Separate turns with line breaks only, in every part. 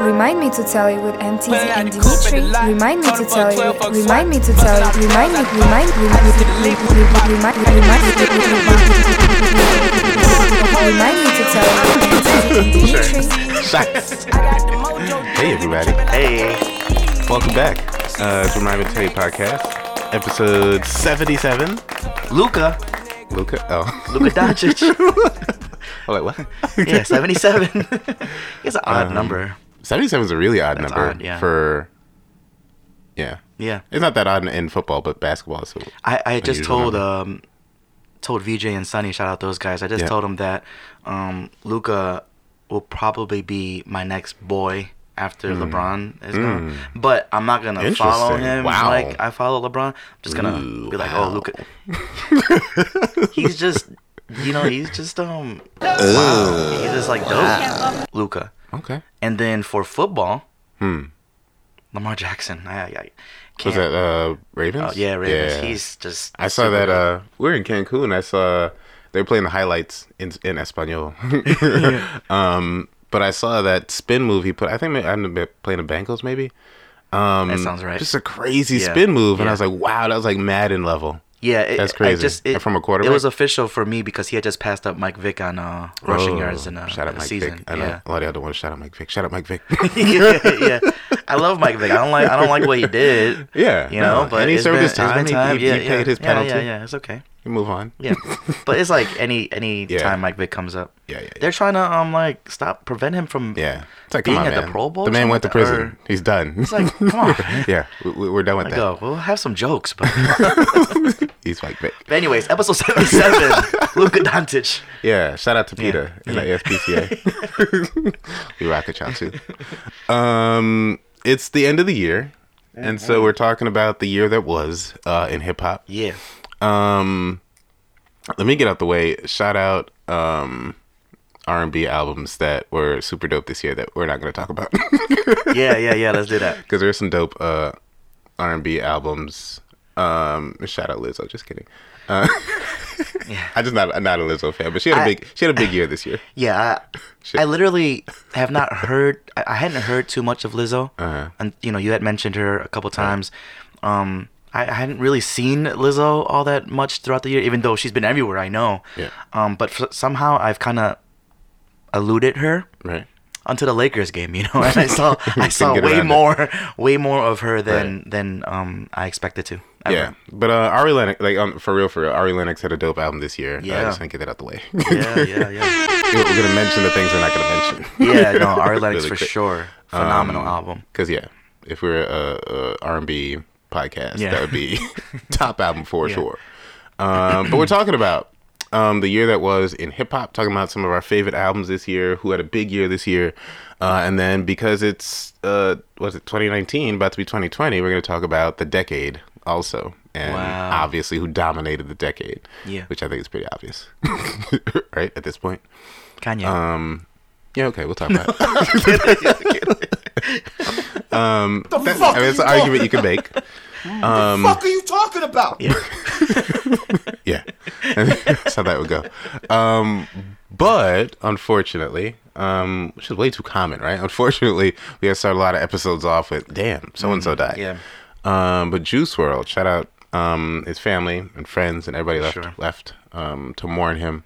Remind me to tell you with MTZ
Pulling out
and
the coupe at the
Dimitri.
lot.
Remind me to
Told
tell
her for a
you.
12 bucks
Remind me to
watch.
tell
Bust
you.
out
Remind me.
the
Remind me.
I just did a leap with
Remind me. Remind me. Remind me to tell you with MTZ and Dimitri.
Shots. Hey,
Hey
everybody.
Hey.
Welcome back. Uh, it's Remind Me to Tell You podcast, episode 77.
Luca.
Luca. Oh.
Luka Doncic.
oh, wait, what?
yeah, 77. it's an odd
Um,
number.
77 is a really odd
That's
number
odd, yeah.
for. Yeah.
Yeah.
It's not that odd in, in football, but basketball is.
I, I just
unusual
told
number.
um told VJ and Sunny, shout out those guys. I just
Yeah.
told them that um Luca will probably be my next boy after LeBron is gone. But I'm not gonna follow
Hmm. Interesting.
him
Wow.
like I follow LeBron. I'm just gonna
Ooh,
be like,
wow.
oh Luca He's just you know, he's just um he's just like dope. Luca.
Okay.
And then for football, hmm. Lamar Jackson. I, I, I
Was
can't.
that uh, Ravens?
oh, yeah, Ravens.
Yeah.
He's just.
I saw
super
that
good.
uh we were in Cancun. I saw they were playing the highlights in in Espanol. um but I saw that spin move he put. I think I'm playing the Bengals maybe. Um
That sounds right.
Just a crazy
Yeah.
spin move and
Yeah.
I was like, "Wow, that was like Madden level."
yeah, it,
that's
I
crazy.
just-
And from a quarterback?
It was official for me because he had just passed up Mike Vick on uh, rushing
Oh,
yards in a,
shout out
a
Mike
season.
Vick. I know
yeah.
a lot of the other ones. Shout out Mike Vick. Shout out Mike Vick.
yeah, I love Mike Vick. I don't like I don't like what he did.
Yeah,
you
no,
know, but
and he
it's
served
been-
his
it's
time.
been
He- he-
Yeah,
he
yeah,
paid his
yeah,
penalty.
Yeah, yeah, it's okay.
you move on.
Yeah, but it's like any any
Yeah.
time Mike Vick comes up,
Yeah, yeah, yeah.
they're trying to um like stop prevent him from
Yeah. It's like,
Being
come on,
at the
man.
Pro Bowl,
the man
something
went to
like that,
prison.
or-
He's done.
It's like come on, man.
yeah, we, we're done with that.
go. oh, We'll have some jokes, but,
He's Mike Vick.
but anyways, episode seventy-seven, Luka Doncic.
Yeah, shout out to Peter in
yeah.
the ASPCA. we rock with y'all too. Um, it's the end of the year, and
Mm-hmm.
so we're talking about the year that was uh, in hip hop.
Yeah,
Um, let me get out the way. Shout out um, R and B albums that were super dope this year that we're not going to talk about
yeah, yeah, yeah. Let's do that.
because there's some dope uh, R and B albums. Um, shout out Lizzo. Just kidding. Uh, I just not not a Lizzo fan, but she had a
I-
big she had a big year this year.
Yeah,
Shit.
I, I literally have not heard. I, I hadn't heard too much of Lizzo,
Uh-huh.
and you know, you had mentioned her a couple times. Um, I, I hadn't really seen Lizzo all that much throughout the year, even though she's been everywhere. I know.
Yeah.
Um, but f- somehow I've kind of eluded her.
Right.
until the Lakers game, you know, and I saw I saw
get
way
around it.
more way more of her than than um I expected to. ever.
Yeah, but uh, Ari Lennox, like um, for real, for real, Ari Lennox had a dope album this year. Uh, I
Yeah.
just want to get that out the way.
yeah, yeah, yeah.
we're we're gonna mention the things we're not gonna mention.
Yeah, no, Ari Lennox
Really
for
quick. Um,
sure, phenomenal album.
Cause yeah, if we're a, a R and B podcast,
Yeah.
that would be top album for sure. Um, but we're talking about um, the year that was in hip hop. Talking about some of our favorite albums this year, who had a big year this year, uh, and then because it's uh, was it 2019, about to be 2020, we're gonna talk about the decade also, and
Wow.
obviously who dominated the decade.
Yeah.
which I think is pretty obvious, right at this point.
Kanye.
uh, Yeah, okay, we'll talk about it. um, that- I mean, it's an argument you can make. Um,
fuck are you talking about?
Yeah, that's how that would go. Um, but unfortunately, um, which is way too common, right? Unfortunately, we have started a lot of episodes off with "Damn, so and so died."
Mm-hmm. yeah.
Um, but Juice World, shout out um, his family and friends and everybody left
Sure.
left um, to mourn him.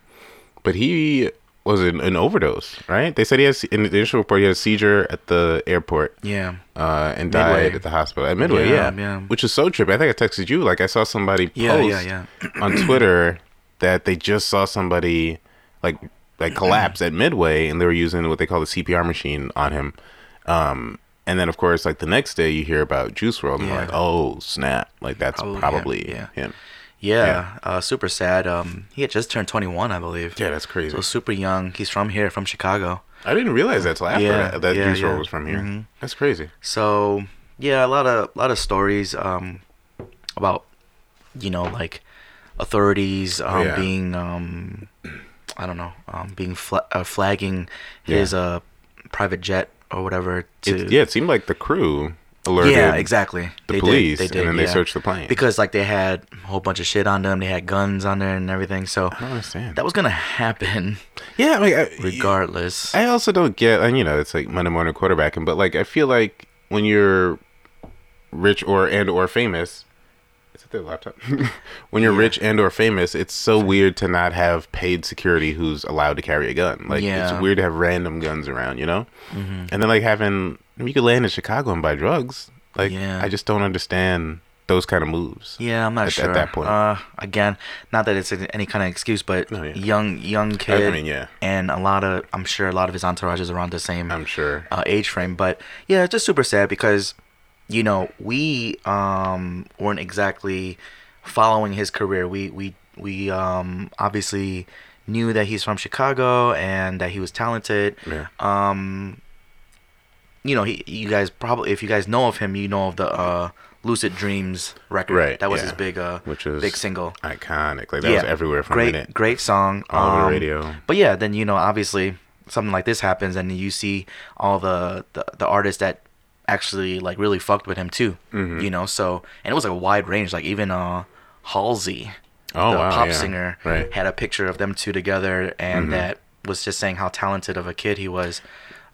But he was in an overdose, right? They said he has in the initial report he had a seizure at the airport.
yeah.
uh, and
Midway.
died at the hospital at Midway. Yeah,
Yeah, yeah.
Which is so trippy. I think I texted you. Like I saw somebody post
Yeah, yeah,
on Twitter that they just saw somebody like like collapse at Midway, and they were using what they call the CPR machine on him. Um, and then of course, like the next day, you hear about Juice World, and
Yeah.
like, oh snap! Like that's
Probably
probably,
him, yeah.
him.
Yeah, uh, super sad. Um, he had just turned 21, I believe.
Yeah, that's crazy.
So super young. He's from here, from Chicago.
I didn't realize that till after
Yeah,
that, that
yeah,
Juice World
yeah. Mm-hmm.
was from here. That's crazy.
So yeah, a lot of lot of stories um, about you know like authorities um,
yeah.
being um, I don't know um, being fla- uh, flagging his uh, private jet or whatever to
It, yeah, it seemed like the crew alerted.
yeah, exactly.
The
They did-
police,
they did,
and then they
yeah.
searched the plane.
because like they had a whole bunch of shit on them. They had guns on there and everything. So
I don't understand.
that was gonna happen
yeah, like I,
regardless.
I also don't get, and you know, it's like Monday morning quarterbacking, but like I feel like when you're rich or and or famous, is it their laptop? when you're rich and or famous, it's so weird to not have paid security who's allowed to carry a gun. Like
Yeah. Mm-hmm.
it's weird to have random guns around, you know. And then like having I mean, you could land in Chicago and buy drugs. Like
Yeah.
I just don't understand those kind of moves.
yeah, I'm not
at- at
sure.
that point.
uh, again, not that it's any kind of excuse, but
No, yeah.
young young kid.
mean, yeah.
and a lot of I'm sure a lot of his entourage is around the same.
I'm sure.
uh, age frame. But yeah, it's just super sad because, you know, we um, weren't exactly following his career. We we we um, obviously knew that he's from Chicago and that he was talented.
Yeah.
Um, you know, he, you guys probably if you guys know of him, you know of the uh, Lucid Dreams record.
Right,
That was
yeah.
his big uh,
Which is
big single
Iconic. Like that was everywhere for
great,
a minute.
Great song. um,
All over the radio.
But yeah, then you know, obviously, something like this happens, and you see all the the, the artists that actually like really fucked with him too.
Mm-hmm.
You know, so and it was like a wide range. Like even uh, Halsey,
Oh,
the
wow,
pop
yeah.
singer,
Right. Mm-hmm.
had a picture of them two together, and that was just saying how talented of a kid he was.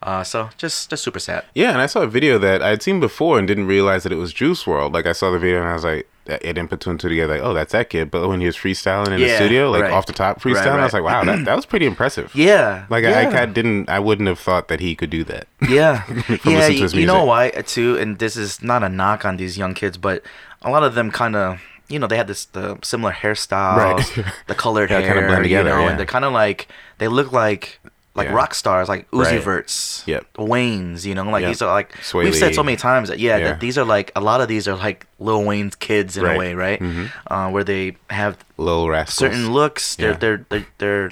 Uh, so just just super sad.
Yeah, and I saw a video that I had seen before and didn't realize that it was Juice World. Like I saw the video and I was like, I didn't put two and two together. Like, oh, that's that kid. But when he was freestyling in the
Yeah,
studio, like
right.
off the top freestyling, I was
right.
like, wow, that, that was pretty impressive.
Yeah,
Like I, I
yeah.
kinda didn't, I wouldn't have thought that he could do that.
Yeah, yeah.
listening to
You,
his
you know
music.
why uh, too? And this is not a knock on these young kids, but a lot of them kind of, you know, they had this the similar hairstyles,
Right.
the colored
Yeah,
hair,
kinda blend together,
you know,
yeah.
and they're kind of like they look like like
Yeah.
rock stars, like Uzi
Right.
Verts,
Yep.
Wayne's. You know, like
Yep.
these are like
Sway
we've
Lee.
said so many times that yeah,
Yeah.
that these are like a lot of these are like Lil Wayne's kids in
Right. Mm-hmm.
a way, right? Uh, where they have
Lil Rascals.
certain looks. They're
Yeah.
they're they're, they're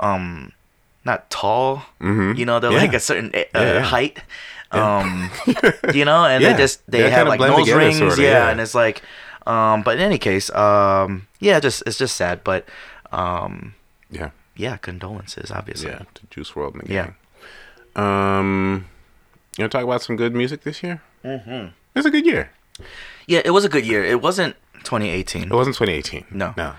um not tall. You know, they're like
Mm-hmm. Yeah.
a certain uh,
Yeah, yeah.
height. Um, you know, and
Yeah.
they just they
They
have
kinda
like
blend
nose
together,
rings,
sorta,
yeah,
yeah.
and it's like, um, but in any case, um, yeah, just it's just sad, but um,
yeah,
yeah, condolences, obviously.
yeah, to Juice World and the
Yeah.
gang. Um, you want to talk about some good music this year? Mm-hmm. It's a good year.
Yeah, it was a good year. It wasn't 2018.
It wasn't 2018.
No. Um,
no,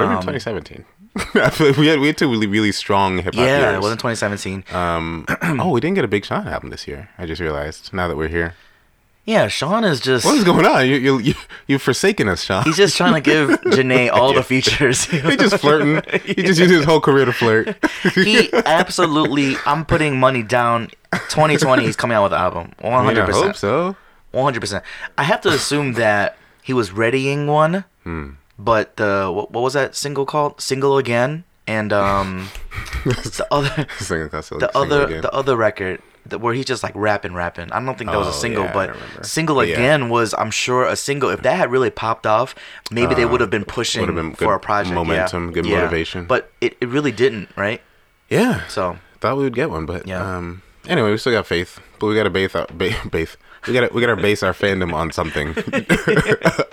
or even 2017. I feel like we had we had two really really strong hip hop.
yeah,
years.
it wasn't 2017.
Um, oh, we didn't get a Big Sean album this year. I just realized now that we're here.
yeah, Sean is just
What is going on? You you you you've forsaken us, Sean.
he's just trying to give Janae all the features.
He's just flirting. He just used his whole career to flirt.
he absolutely. I'm putting money down. 2020, he's coming out with an album.
I mean, I
100.
hope
percent
so.
100. percent I have to assume that he was readying one,
Hmm.
but the what, what was that single called? Single again, and um, what's the other,
This thing is not so-
the
single
other,
again.
the other record. that- Where he just like rapping, rapping. I don't think that was
Oh,
a single,
yeah, I
but
remember.
single
But yeah.
again was, I'm sure, a single. If that had really popped off, maybe they would have been pushing
would've Uh, been
for
good
a project.
momentum,
yeah.
good
Yeah.
motivation.
But it, it really didn't, right?
yeah.
So
Thought we would get one, but
Yeah.
um. Anyway, we still got faith, but we got to base our ba- base. We got to we got to base our fandom on something,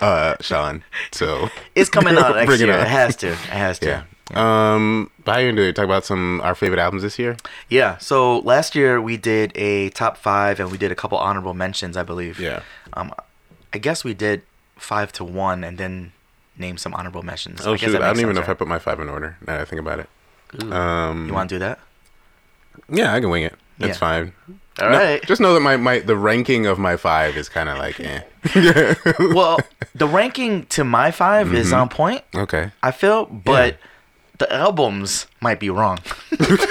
uh, Sean. So
It's coming out next
Bring it
year.
on.
It has to. It has to.
yeah. Um, but how you gonna do it? Talk about some our favorite albums this year.
Yeah, So last year we did a top five and we did a couple honorable mentions, I believe.
Yeah.
Um, I guess we did five to one and then name some honorable mentions.
Oh
I guess
shoot!
that
I don't
makes
even know
sense,
if I put my five in order. Now that I think about it.
right? Ooh.
Um,
you want to do that?
Yeah, I can wing it. That's
Yeah.
fine.
All
No,
right.
Just know that my, my the ranking of my five is kind of like eh.
well, the ranking to my 5
Mm-hmm.
is on point.
Okay.
I feel, but the albums might be wrong.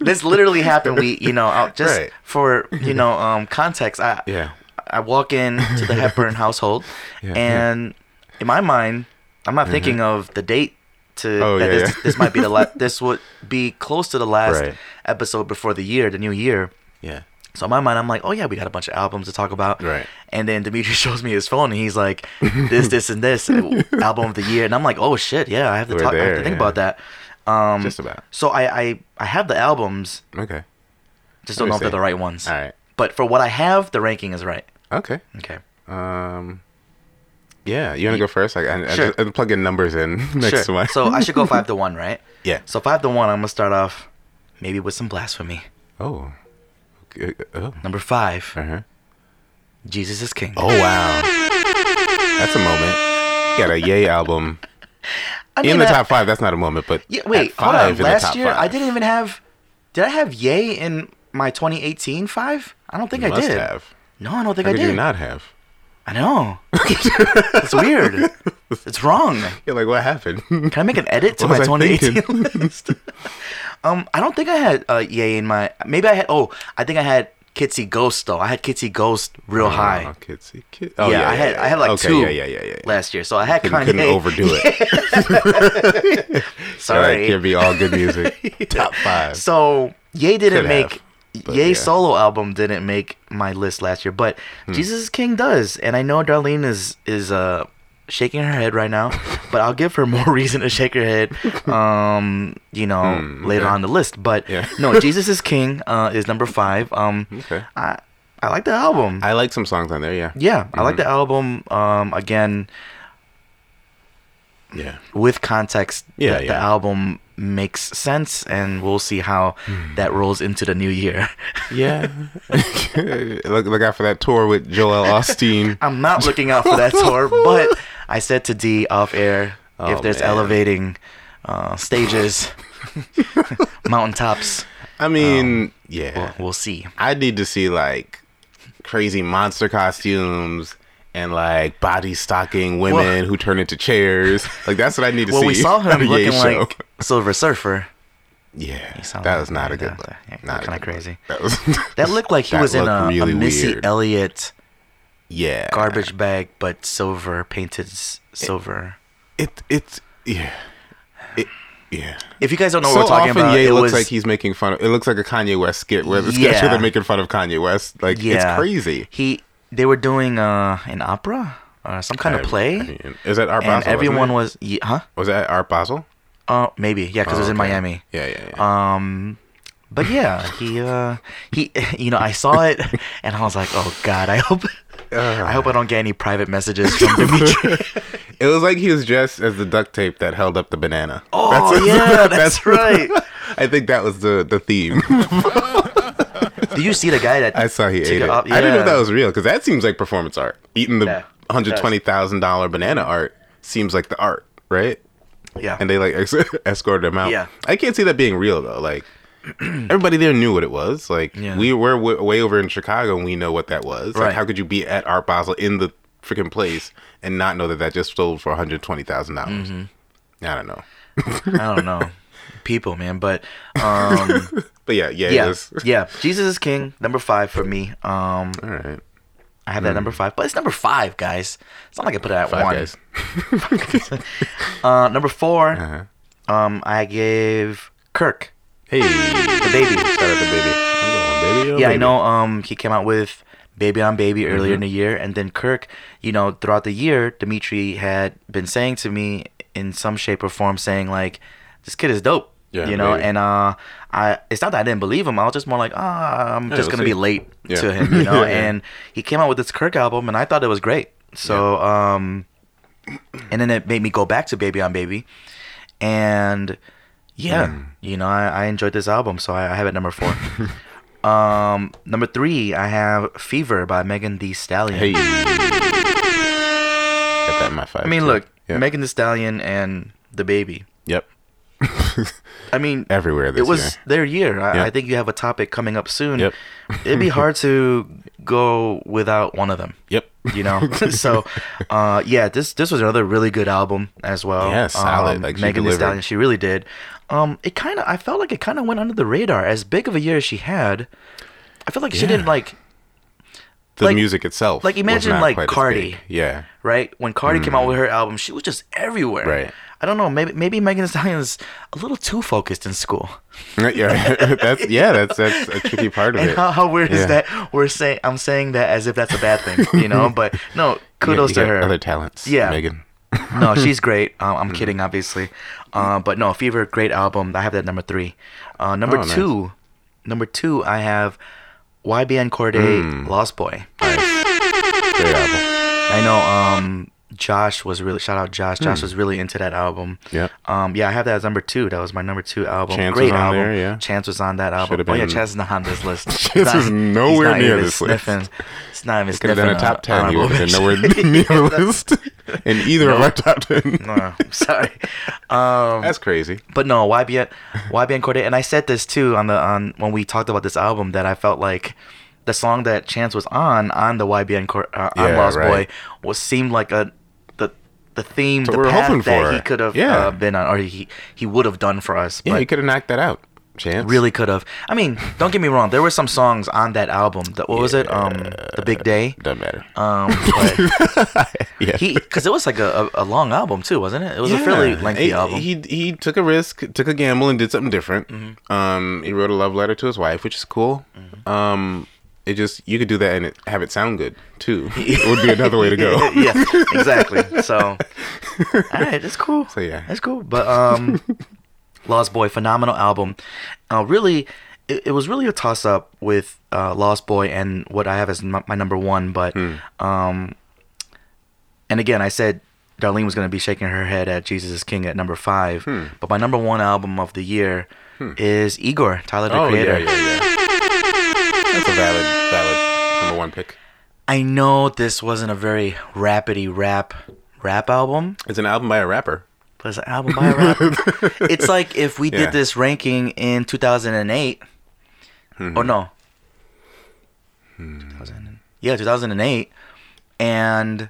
this literally happened. We, you know, I'll- just
Right.
for you know um, context, I
Yeah.
I walk into the Hepburn household, and in my mind, I'm not thinking of the date to
Mm-hmm. Oh,
that
yeah,
this,
yeah.
this might be the last. This would be close to the last
Right.
episode before the year, the new year.
Yeah.
So in my mind, I'm like, oh yeah, we got a bunch of albums to talk about.
Right.
And then Dimitri shows me his phone, and he's like, this, this, and this uh, album of the year, and I'm like, oh shit, yeah, I have to
We're
talk, I
there,
have to think
yeah.
about that. Um,
Just about.
So I, I, I have the albums,
Okay.
just
Let
don't
me
know if they're
see.
the right ones.
All right.
But for what I have, the ranking is right.
Okay.
Okay.
Um. Yeah. You wanna go first? Like, I, I
Sure.
just, I'm plugging numbers in next to
sure.
my.
so I should go five to one, right?
Yeah.
So five to one, I'm gonna start off maybe with some blasphemy.
Oh. Okay. Oh.
Number five,
Uh huh.
Jesus is King.
Oh wow, that's a moment. You got a Yay album
I
in
mean,
the
that-
top five. That's not a moment, but
Yeah,
at
wait, hold
five
on.
in the
Last
top
year, I
five.
didn't even have. Did I have Yay in my 2018 five? I don't think
You
I
must
did.
have.
No, I don't think
How
I
could
did.
you not have?
I know. it's weird. It's wrong.
You're like, what happened?
Can I make an edit to
What
my
was I
2018
thinking?
list? um, I don't think I had uh, Yay in my. Maybe I had. Oh, I think I had Kitsy Ghost though. I had Kitsy Ghost real high.
Oh, kitsy, kid. Oh,
yeah, I had I had like
okay,
two
Yeah, yeah, yeah, yeah.
last year, so I had
couldn't,
Kanye.
couldn't overdo it.
Sorry,
It'd be all good music. Top five.
So Ye
Could
didn't make
have, but
Ye
yeah. Hmm.
solo album didn't make my list last year, but Jesus is King does, and I know Darlene is is uh shaking her head right now, but I'll give her more reason to shake her head, um, you know, later on the list. But
Hmm, Yeah.
no, Jesus is King uh, is number five. Um,
Okay.
I I like the album.
I Mm-hmm. like some songs on there. Yeah.
yeah, I like the album. Um, again,
Yeah.
with context,
Yeah,
the, the
yeah.
album makes sense, and we'll see how
Hmm.
that rolls into the new year.
Yeah. look, look out for that tour with Joel Osteen.
I'm not looking out for that tour, but I said to D off air if there's
Oh, man.
elevating uh, stages, mountaintops,
I mean, yeah.
we'll, we'll see.
I need to see like crazy monster costumes and like body stocking women
Well-
who turn into chairs. Like that's what I need to
Well,
see.
we saw
at
him
a Ye
looking
show.
like Silver Surfer.
yeah,
saw
that
him
was not a
looking
good
like
look.
that. Yeah,
Not a
kinda
good look.
crazy.
That was
That looked like he
that
was in a,
looked
a Missy
weird.
Elliott
yeah
garbage bag, but silver painted s- silver.
It it's yeah it yeah.
If you guys don't know
so
what we're talking
often,
about,
Ye
it
looks
was
like he's making fun of. It looks like a Kanye West skit where the sketch
Yeah.
where they're making fun of Kanye West. Like it's crazy.
He they were doing uh, an opera or some kind of
I-
play,
I mean, is that Art Basel?
and
wasn't
everyone
it?
was ye- huh?
was that Art Basel?
Uh, maybe yeah, because it was in
Oh, Okay.
Miami.
Yeah, yeah, yeah.
Um, but yeah, he uh, he you know I saw it and I was like, oh god, I hope I hope I don't get any private messages from Dimitri.
It was like he was dressed as the duct tape that held up the banana.
oh yeah, that's, right.
I think that was the the theme.
Do you see the guy that
I saw he
took
ate it.
up-
I didn't know
yeah.
if that was real because that seems like performance art. Eating the
Yeah, it
hundred twenty thousand dollar banana art seems like the art, right?
Yeah,
And they like ex- escorted him out.
Yeah.
I can't see that being real though. Like everybody there knew what it was. Like
Yeah.
we were w- way over in Chicago and we know what that was. Like
Right.
how could you be at Art Basel in the freaking place and not know that that just sold for one hundred twenty thousand dollars?
Mm-hmm.
I don't know.
I don't know people, man, but um,
But yeah, yeah, it
yeah,
was.
yeah, Jesus is King, number five for me. Um,
All right.
I have that number five, but it's number five, guys. It's not like I put it at
Hmm. Five
one.
guys.
Uh, number 4
Uh-huh.
um, I gave Kirk
Hey,
the baby.
shout out to baby. I'm going, baby, oh,
Yeah, I
baby. Mm-hmm.
know. Um, he came out with Baby on Baby earlier in the year, and then Kirk. You know, throughout the year, Dimitri had been saying to me in some shape or form, saying like, "This kid is dope."
Yeah,
you know,
maybe.
and uh, I it's not that I didn't believe him. I was just more like, ah, I'm just
we'll
gonna
see."
be late
Yeah.
to him, you know.
Yeah.
And he came out with this Kirk album, and I thought it was great. So, um, and then it made me go back to Baby on Baby, and yeah,
Hmm.
you know, I, I enjoyed this album, so I, I have it number four. um, number three, I have Fever by Megan Thee Stallion.
Hey. Got that in my five.
I mean, look,
Yeah.
Megan Thee Stallion and the baby.
Yep.
I mean,
Everywhere this
it was
year.
their year. I,
Yeah.
I think you have a topic coming up soon.
Yep.
It'd be hard to go without one of them.
Yep.
You know, so uh, yeah, this this was another really good album as well. Um,
Yeah, solid. Like, she
Megan Thee
delivered.
Stallion, she really did. Um, it kind of I felt like it kind of went under the radar. As big of a year as she had, I feel like she
Yeah.
didn't like
The
Like-
music itself.
like,
was
imagine,
not
like,
quite as
Cardi.
big. Yeah.
right? When Cardi came out with her album, she was just everywhere.
Mm. Right.
I don't know. Maybe maybe Megan Thee Stallion's a little too focused in school.
yeah. that's yeah. That's that's a tricky part of
And
it.
how, how weird
Yeah.
is that? We're saying I'm saying that as if that's a bad thing, you know? But no,
You got-
kudos
you got
to her.
Other talents.
Yeah.
Megan. Mm-hmm.
no, she's great. Um, I'm kidding, obviously. Uh, but no, Fever, great album. I have that number three. Uh, number
Oh, nice.
two, number two, I have YBN Corday, Lost Boy.
Mm. Great album.
I know. Um, Josh was really shout out Josh. Josh was really into that album.
Hmm. Yep.
Um. Yeah, I have that as number two. That was my number two album.
Chance was
Great
on
album.
there, yeah.
Chance was on that album.
Should've
Oh yeah,
been-
Chance is not on this list. He's
Chance
not-
is
he's
nowhere
not
near
even
this list.
sniffing. It's not even
Could have
sniffing. uh,
been a top ten. You would have been nowhere
honorable
near the list in either of our top ten.
mention. No, I'm sorry. Um.
That's crazy.
But no, YBN, YBN Cordae, and I said this too on the on when we talked about this album that I felt like the song that Chance was on on the YBN Cord- uh, on
Yeah,
Lost
right.
Boy was seemed like a the the theme the
we were
path
hoping
that
for.
he could have
Yeah.
uh, been on or he he would have done for us.
Yeah,
but
you could have knocked that out. Chance.
really could have. I mean, don't get me wrong. There were some songs on that album. The, what was it? Um, the Big Day.
Doesn't matter.
Um, but
yeah.
he because it was like a, a, a long album too, wasn't it? It was a fairly
Yeah.
lengthy
He-
album.
He he took a risk, took a gamble, and did something different.
Mm-hmm.
Um, he wrote a love letter to his wife, which is cool. Um, it just you could do that and it, have it sound good too. it would be another way to go.
yeah, exactly. So, all right, that's cool.
So, yeah.
that's cool. But um, Lost Boy, phenomenal album. Uh, really, it, it was really a toss up with uh, Lost Boy and what I have as my, my number one. But
Hmm.
um, and again, I said Darlene was going to be shaking her head at Jesus is King at number five.
Hmm.
But my number one album of the year is Igor, Tyler the
Oh yeah,
Creator.
yeah, yeah. That's a valid, valid number one pick.
I know this wasn't a very rapidy rap rap album.
It's an album by a rapper.
But it's an album by a rapper. it's like if we
Yeah.
did this ranking in 2008.
Mm-hmm.
Or Oh, no.
Hmm.
2000, yeah, 2008. And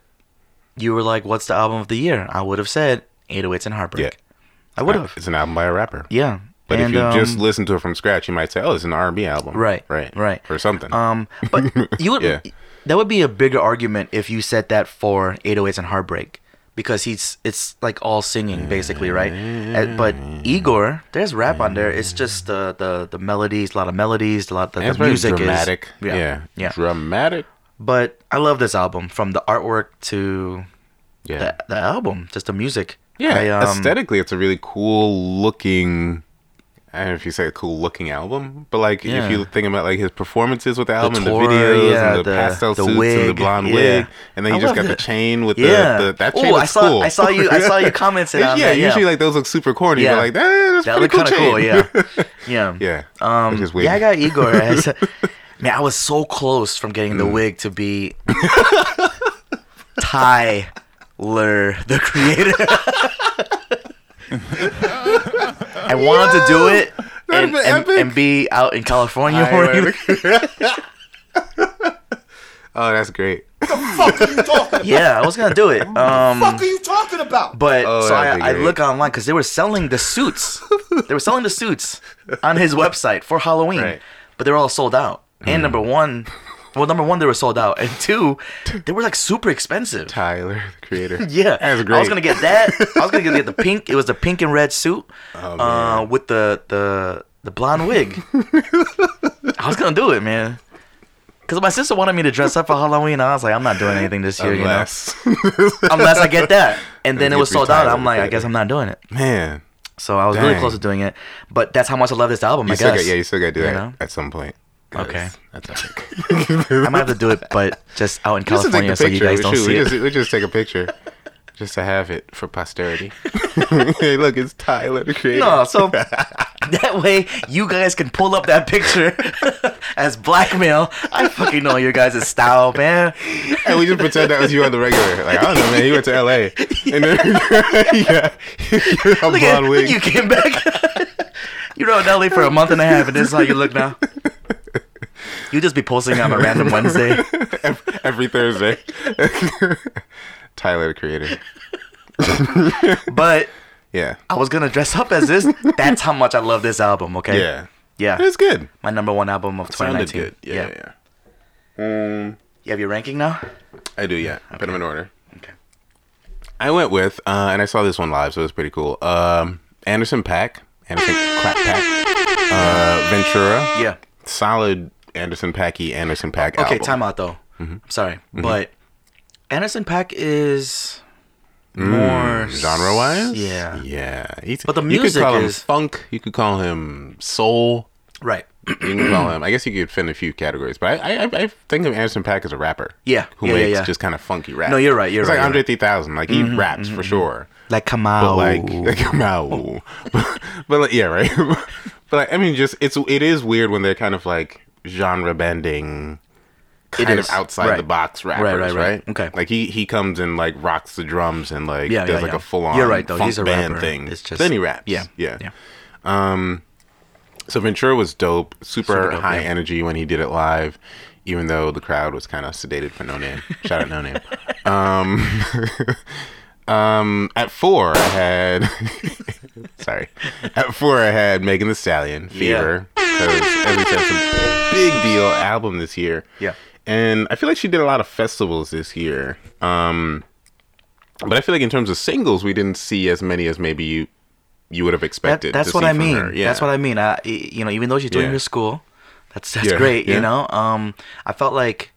you were like, what's the album of the year? I would have said 808s and Heartbreak.
Yeah.
I would have.
It's an album by a rapper.
Yeah.
But
And,
if you just
um,
listen to it from scratch, you might say, "Oh, it's an R&B album."
Right,
Right.
right.
Or something.
Um, but you would
Yeah.
that would be a bigger argument if you said that for 808s and Heartbreak because he's it's like all singing basically, right? Uh, But Igor, there's rap on there. It's just the the the melodies, a lot of melodies, a lot the,
And
the
it's very
music is-
dramatic.
yeah,
yeah.
yeah.
Dramatic.
But I love this album from the artwork to
Yeah.
the the album, just the music.
Yeah,
I, um,
aesthetically, it's a really cool looking. I don't know if you say a cool looking album, but like
Yeah.
if you think about like his performances with the album and
tour,
the videos
yeah,
and the,
the-
pastel
the
suits and the
wig,
blonde
yeah.
wig, and then
I
you just
love
got the
that.
chain with
Yeah.
the, the that chain
Ooh, I
looks
saw-
cool.
I saw you- I saw you commenting
yeah,
on
yeah,
that, um, yeah.
usually like those look super corny,
Yeah.
but like that, that's
that
pretty
looked
cool
kind of
chain.
cool. Yeah, yeah,
yeah,
Um,
It's just wig.
yeah, I got Igor. as- Man, I was so close from getting
Mm.
the wig to be Tyler, the creator. I wanted to do it
that'd
and,
be
and,
epic.
and be out in California.
Tyler,
wearing-
oh, that's great.
Fuck are you talking about?
yeah, I was gonna do it. Um,
Fuck are you talking about?
but
Oh,
so
that'd be
I, I
great.
look online because they were selling the suits. they were selling the suits on his website for Halloween,
Right. Hmm.
but they were all sold out. And number one, well, number one, they were sold out, and two, they were like super expensive.
Tyler, the creator.
Yeah,
that's
I
great.
was gonna get that. I was gonna get the pink. It was the pink and red suit
Oh,
uh, with the the the blonde wig. I was gonna do it, man. Cause my sister wanted me to dress up for Halloween, and I was like, I'm not doing anything this year,
Unless,
you know, unless I get that. And then it
Get
was sold out.
retired,
I'm like, I
okay.
guess I'm not doing it.
man,
So I was really
Dang.
close to doing it, but that's how much I love this album.
you
I
still
guess.
got, yeah, you still got to do
You
that
know?
at some point. 'cause
Okay.
that's epic.
I might have to do it, but just out in
Just to take
California,
the
so you
picture.
guys don't
Shoot, we
see it.
just, we just take a picture, just to have it for posterity. hey, look, it's Tyler the creator.
No, so that way you guys can pull up that picture as blackmail. I fucking know your guys' style, man.
and we just pretend that was you on the regular. Like I don't know, man. You went to L.A. and then yeah, you got a
Look at
blonde wig.
you came back. you were in LA for a month and a half, and this is how you look now. You just be posting on a random Wednesday.
Ev- every Thursday. Tyler the creator.
But
Yeah,
I was gonna dress up as this. That's how much I love this album. Okay.
yeah,
Yeah.
it's good.
My number one album of
Sounded
2019.
good. Yeah, yeah.
You have your ranking now.
I do. Yeah, put them in order.
Okay.
I went with, uh, and I saw this one live, so it was pretty cool. Um, Anderson Pack, Anderson Clap Pack, uh, Ventura.
Yeah.
solid Anderson Packy Anderson Pack
Okay,
album. Mm-hmm.
time out though. I'm sorry, but Anderson Pack is
Mm,
more
Genre wise,
Yeah.
yeah. He's,
But the
you could
music
call
is-
him funk. You could call him soul.
Right.
you can call him. I guess you could fit in a few categories, but I I, I think of Anderson Pack as a rapper.
Yeah.
who
Yeah, yeah,
makes
yeah.
just kind of funky rap.
No, you're right, you're
it's
right,
like
you're
Andre
right. Mm-hmm,
3000. Like he raps for sure.
Like come out.
But like, like I'm out. but, but like, yeah, right. but like, I mean, just it's it is weird when they're kind of like genre bending, kind
is,
of outside
right.
the box rappers,
right,
right,
right. Okay.
like he he comes and like rocks the drums and like
Yeah,
does
yeah,
like
yeah.
a full on
You're right, though.
funk
He's a
band
rapper.
thing.
It's just-
then he raps.
yeah,
yeah,
yeah.
So Ventura was dope, super,
Super dope,
high
yeah.
energy when he did it live, even though the crowd was kind of sedated for No Name. Shout out No Name. Um, um, at four, I had sorry, at four I had Megan the Stallion Fever. 'cause as we said, it's a big deal album this year.
Yeah.
and I feel like she did a lot of festivals this year. Um, but I feel like in terms of singles, we didn't see as many as maybe you you would have
That-
expected.
that's
to
what
see
I
from
mean.
her. Yeah.
That's what I mean. I, you know, even though she's doing
Yeah.
her school, that's that's
Yeah,
great. You
yeah.
know, um, I felt like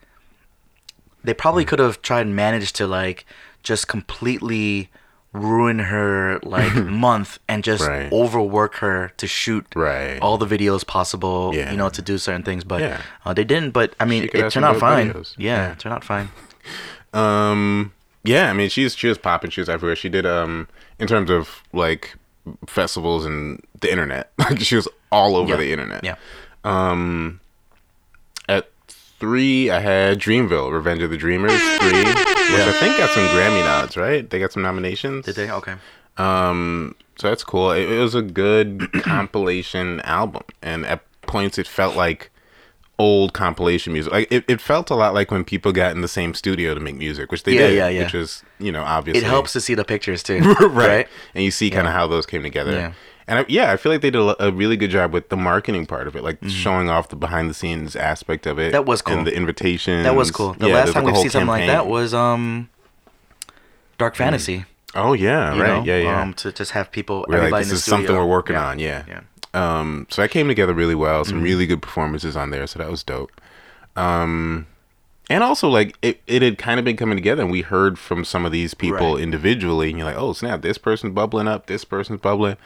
they probably
Mm.
could have tried and managed to like just completely ruin her like month and just
Right.
overwork her to shoot
Right.
all the videos possible.
Yeah.
You know, to do certain things, but
Yeah.
uh, they didn't. But I mean,
She
it
could have some
turned out
dope
fine.
videos.
Yeah,
Yeah.
it turned out fine.
Um, yeah, I mean, she's she was popping. She was everywhere. She did um in terms of like festivals and the internet. Like she was all over
Yeah.
the internet.
Yeah.
At three, I had Dreamville, Revenge of the Dreamers three, which I think got some Grammy nods. Right? They got some nominations.
Did they? Okay.
Um, so that's cool. It, it was a good compilation album, and at points it felt like old compilation music. Like it, it felt a lot like when people got in the same studio to make music, which they
Yeah,
did,
yeah, yeah.
which is you know obviously
It helps to see the pictures too,
right.
right?
And you see kind of how those came together.
Yeah.
And I, yeah, I feel like they did a, a really good job with the marketing part of it, like showing off the behind the scenes aspect of it.
Mm-hmm. That was cool.
And the invitation.
That was cool. The last time we've seen something like that
was
was um, Dark Fantasy.
oh yeah,
you
right,
know,
yeah, yeah.
Um, to just have people,
We're
everybody
like,
in
this is
the studio.
something we're working
Yeah.
on. Yeah.
Yeah. Mm-hmm.
Um, so that came together really well. Some really good performances on there, so that was dope. Um, and also like it, it had kind of been coming together, and we heard from some of these people
Right.
individually, and you're like, oh snap, this person's bubbling up, this person's bubbling,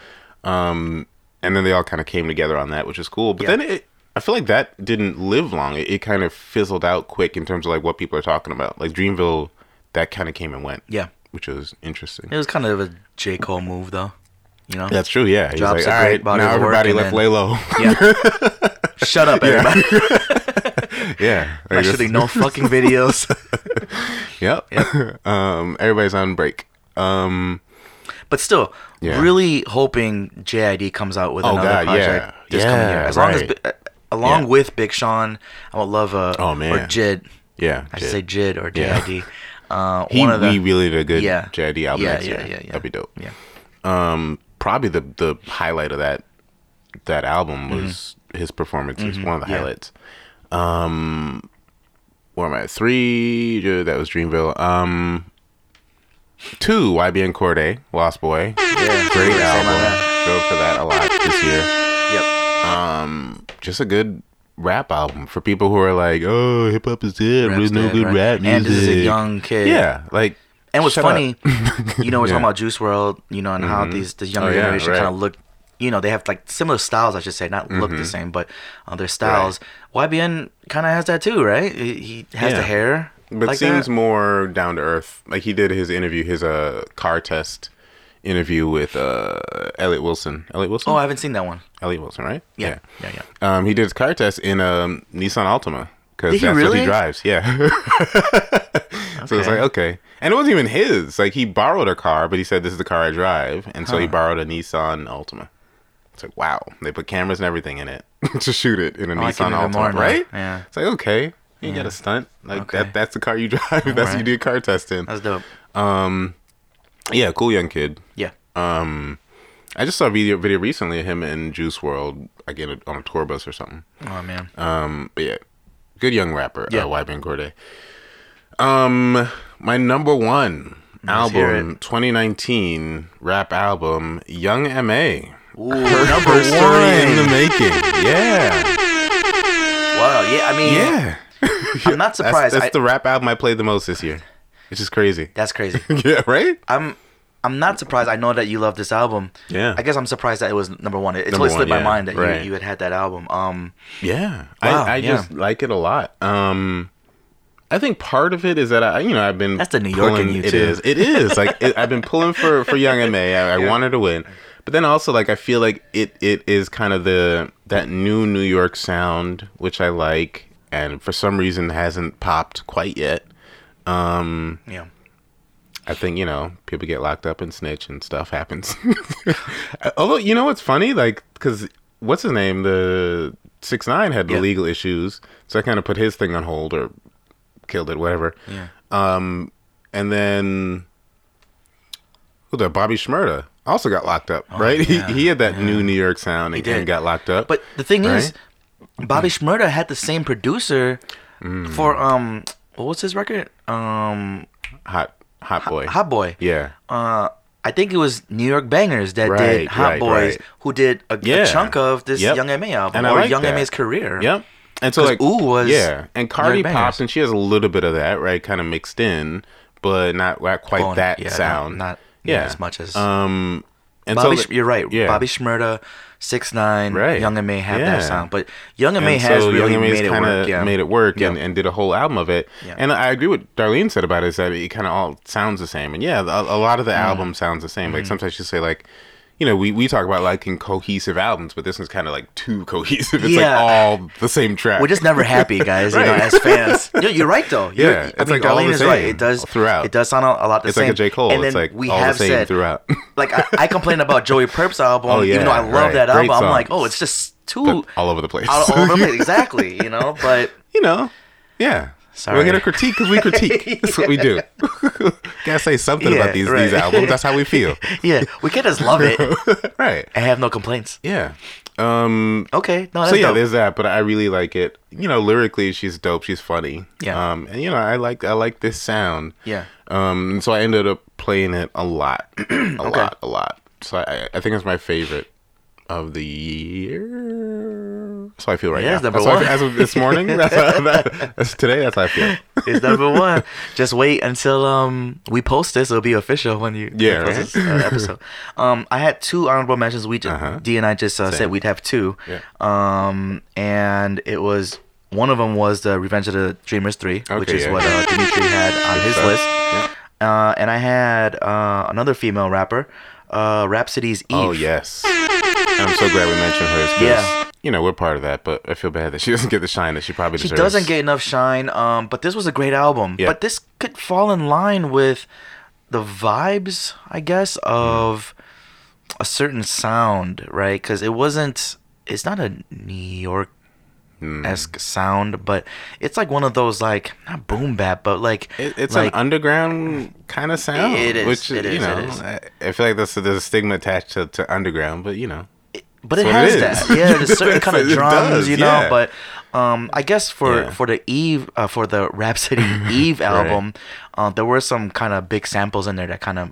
um, and then they all kind of came together on that, which is cool. But
Yeah.
then it. I feel like that didn't live long. It, it kind of fizzled out quick in terms of like what people are talking about. Like Dreamville, that kind of came and went.
Yeah.
which was interesting.
It was kind of a J Cole move, though. You know.
That's true. Yeah, he's
Drops
like,
a
all
great
right,
body
now
of work
everybody
and
left
then-
lay low.
Yeah. Shut up, everybody!
yeah,
I'm
Like, this-
shooting no fucking videos.
Yep. um, everybody's on break. Um,
but still,
Yeah.
really hoping JID comes out with
Oh,
another
God,
project
yeah.
this coming
Yeah,
year. As long
right.
as, uh, along
Yeah.
with Big Sean, I would love a
Oh,
or
man.
Jid.
yeah,
I should
Jid.
say Jid or
Yeah.
JID. Uh,
he,
one of the
we really did a good
Yeah.
JID album
Yeah,
next
yeah,
year.
yeah, yeah.
That'd be dope.
yeah.
Um, probably the the highlight of that that album was his performance. Is one of the
Mm-hmm. yeah.
highlights. Um, where am I? at? Three. uh, That was Dreamville. Um, two. YBN Corday, Lost Boy.
Yeah.
Great album.
that.
Drove for that a lot this year. Um,
Yep.
just a good rap album for people who are like, oh, hip hop is dead.
Rap's
There's no
dead,
good
right?
rap music.
And this is a young kid.
Yeah, like.
And what's
shut
funny,
up.
you know, we're
Yeah.
talking about Juice World, you know, and how these the younger
Oh, yeah,
generation kind
right. Mm-hmm.
of look, you know, they have like similar styles, I should say, not look the same, but uh, their styles. YBN kind of has that too, right? He, he has the
Yeah.
hair,
But
like
seems
that.
more down to earth. Like he did his interview, his uh car test interview with uh Elliot Wilson. Elliot Wilson.
Oh, I haven't seen that one.
Elliot Wilson, right?
Yeah, yeah, yeah.
Um, he did his car test in a um, Nissan Altima because that's
Did he
what
really?
he drives. Yeah. So it's
Okay.
like okay, and it wasn't even his. Like he borrowed a car, but he said this is the car I drive, and so he borrowed a Nissan Altima. It's like wow, they put cameras and everything in it to shoot it in a
I can
Nissan
do that
Altima,
more now.
right?
Yeah.
It's like okay, you got a stunt like
Okay.
that. That's the car you drive. that's what you
Alright.
do a car test in.
That's dope.
Yeah, cool young kid.
Yeah.
Uh, I just saw a video video recently of him in Juice World again on a tour bus or something.
Oh man.
Um, but yeah, good young rapper.
Yeah.
Yeah, uh, Wyman Corday. Um, my number one
hear
album, 2019 rap album, Young Ma.
Ooh, number
Story in the
one.
making. Yeah,
Wow. Yeah. I mean,
yeah.
I'm not
That's,
surprised. I-
that's the rap album I played the most this year. It's just crazy.
that's crazy.
yeah, right.
I'm I'm not surprised. I know that you love this album.
Yeah.
I guess I'm surprised that it was number one. It, it
Number
totally slipped
one,
my
yeah,
mind that
right.
you, you had had that album. Um,
Yeah,
Wow,
I, I
yeah.
just like it a lot. Um, I think part of it is that I, you know, I've been
That's the New York in
pulling-
you,
It
too.
is, it is. Like it, I've been pulling for for Young Ma. I, I want her to win, but then also like I feel like it it is kind of the that new New York sound which I like, and for some reason hasn't popped quite yet. Um,
yeah.
I think you know people get locked up and snitch and stuff happens. Although you know what's funny, like because what's his name, the six nine had
Yeah.
legal issues, so I kind of put his thing on hold or killed it, whatever.
Yeah.
Um, and then who the Bobby Schmurda also got locked up, right?
Oh, yeah,
he, he had that new New York sound and,
did.
and got locked up.
But the thing
Right? Mm.
is, Bobby Schmurda had the same producer for um, what was his record? Um,
hot hot boy,
Hot Boy.
yeah,
Uh, I think it was New York Bangers that
Right,
did Hot
right,
Boys,
right.
who did a, a
Yeah.
chunk of this
Yep.
Young Ma album
And I
or
like
Young
that.
Ma's career.
Yep. And so
'Cause
like
Ooh was
yeah, and Cardi
Yuri Bangers.
pops, and she has a little bit of that right, kind of mixed in, but not, not quite
Well,
that
yeah, not-
sound.
Not,
yeah,
as much as
um. And
Bobby.
so
Sh- you're right.
Yeah.
Bobby Schmurda, Six Nine,
Right.
Young Ma have
Yeah.
that sound, but Young Ma
and
has
so
really
Young Ma's
made it
kinda
work. Yeah.
made it work and,
Yeah.
and did a whole album of it.
Yeah.
And I agree with Darlene said about it is that it kind of all sounds the same. And yeah, a, a lot of the
Mm-hmm.
album sounds the same. Like sometimes you say like, you know, we, we talk about liking cohesive albums, but this one's kind of like too cohesive. It's
Yeah.
like all the same track.
We're just never happy, guys. You
Right.
know, as fans. You're, you're right, though. You're-
Yeah,
I
it's
mean,
like all
Darlene
the
is right.
same
It does
throughout.
It does sound a, a lot the
It's
same.
like a J. Cole.
And
It's
then
like
we
all the
have
same
said,
throughout.
like I, I complain about Joey Perp's album,
Oh,
even though I
yeah,
love
right.
that
Great
album. I'm like,
songs.
oh, it's just too
But all over the place.
all, all over the place. Exactly. You know, but
you know, yeah.
Sorry.
We're gonna critique because we critique. That's what we do. Gotta say something
Yeah,
about these
right.
these albums. That's how we feel,
yeah, we can just love it.
right?
I have no complaints.
Yeah. Um.
Okay, no, that's
So yeah,
dope.
there's that. But I really like it. You know, lyrically, she's dope. She's funny.
Yeah.
Um. And you know, I like I like this sound.
Yeah.
Um. and so I ended up playing it a lot, a lot, a lot. So I I think it's my favorite of the year. That's how I feel right
Yeah,
now.
it's number
That's how I
one.
feel- as of this morning. That's, how, that's today. That's how I feel.
It's number one. Just wait until um we post this. It'll be official when you
Yeah,
when you post this, uh, episode. Um, I had two honorable mentions. We just, D and I just uh, said we'd have two.
Uh-huh. Yeah.
Um, and it was one of them was the Revenge of the Dreamers three, which
Okay,
is
yeah.
what uh, Dimitri had on his
stuff.
list. Uh, and I had uh, another female rapper, uh, Rhapsody's Eve.
Oh yes. I'm so glad we mentioned her. 'cause,
Yeah.
You know we're part of that, but I feel bad that she doesn't get the shine that she probably
She
deserves.
doesn't get enough shine. Um, but this was a great album.
Yeah.
But this could fall in line with the vibes, I guess, of a certain sound, right? Because it wasn't. It's not a New York
Hmm.
esque sound, but it's like one of those like not boom bap, but like
It, it's
like,
an underground kind of sound.
It is,
Which
it
you
is, it
know,
is.
I, I feel like there's there's a stigma attached to, to underground, but you know.
but
what
it
it
has
is.
that. Yeah, there's certain kind of
It
drums,
does,
you know.
yeah.
But um, I guess for
Yeah.
for the Eve uh, for the Rhapsody Eve album, uh, there were some kind of big samples in there that kind of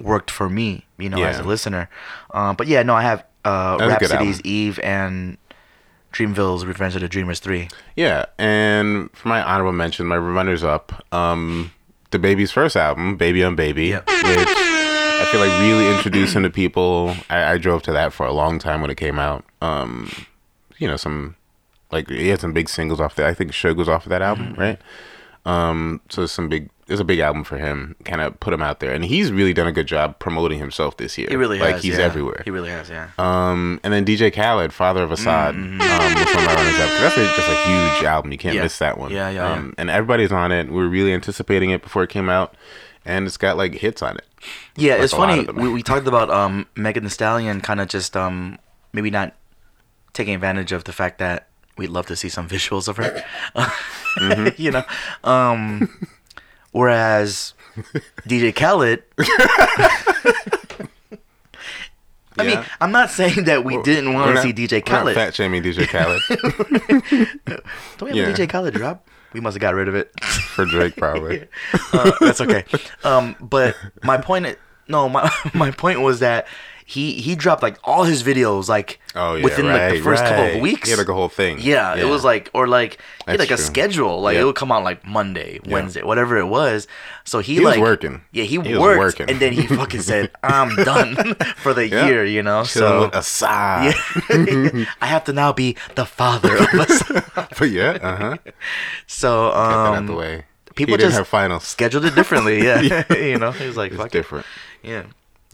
worked for me, you know, as a
Hmm. Yeah.
listener. Um, but yeah, no, I have
That's
uh,
a good
Rhapsody's
album.
Eve and Dreamville's Revenge of the Dreamers three.
Yeah, and for my honorable mention, my runners up, um, the baby's first album, Baby on Baby,
Yep.
which I feel like really introduced him to people. I, I drove to that for a long time when it came out. Um, you know, some like he had some big singles off that. I think Suge was off of that album,
Mm-hmm.
right? Um, so it's some big. It's a big album for him. Kind of put him out there, and he's really done a good job promoting himself this year.
He really
like
has,
he's
yeah.
everywhere.
He really has, yeah.
Um, and then DJ Khaled, Father of Assad, um, was on my runners up. 'Cause That's a, just a huge album. You can't
Mm, mm-hmm. Yeah.
miss that one.
Yeah, yeah,
Um, And everybody's on it. We were really anticipating it before it came out, and it's got like hits on it.
Yeah,
like
it's
a lot
funny.
of them.
We, we talked about um, Megan Thee Stallion kind of just um, maybe not taking advantage of the fact that we'd love to see some visuals of her,
Mm-hmm.
you know. Um, whereas DJ Khaled, I mean,
Yeah.
I'm not saying that we didn't
We're
want to
not-
see DJ
we're not
Khaled.
Fat shaming DJ Khaled
Don't we have
yeah.
a DJ Khaled drop? We must have got rid of it.
for Drake, probably.
uh, that's okay. Um, but my point, i- no, my my point was that he he dropped like all his videos like
Oh, yeah,
within like the
right,
first couple of
right.
weeks.
He had, like, a whole thing.
Yeah, it
Yeah.
was like or like he had
That's
like a
true.
schedule. Like
Yeah.
it would come out like Monday, Wednesday, whatever it was. So he,
He was
like
working.
Yeah, he,
He was
worked,
working.
and then he fucking said, "I'm done for the
Yeah.
year," you know.
So
So
aside,
yeah, I have to now be the father of us.
but yeah, uh huh.
So
Out
um,
the way.
people
he didn't
just-
have finals.
scheduled it differently. Yeah, you know, he was like,
It's
"Fuck it."
different.
yeah."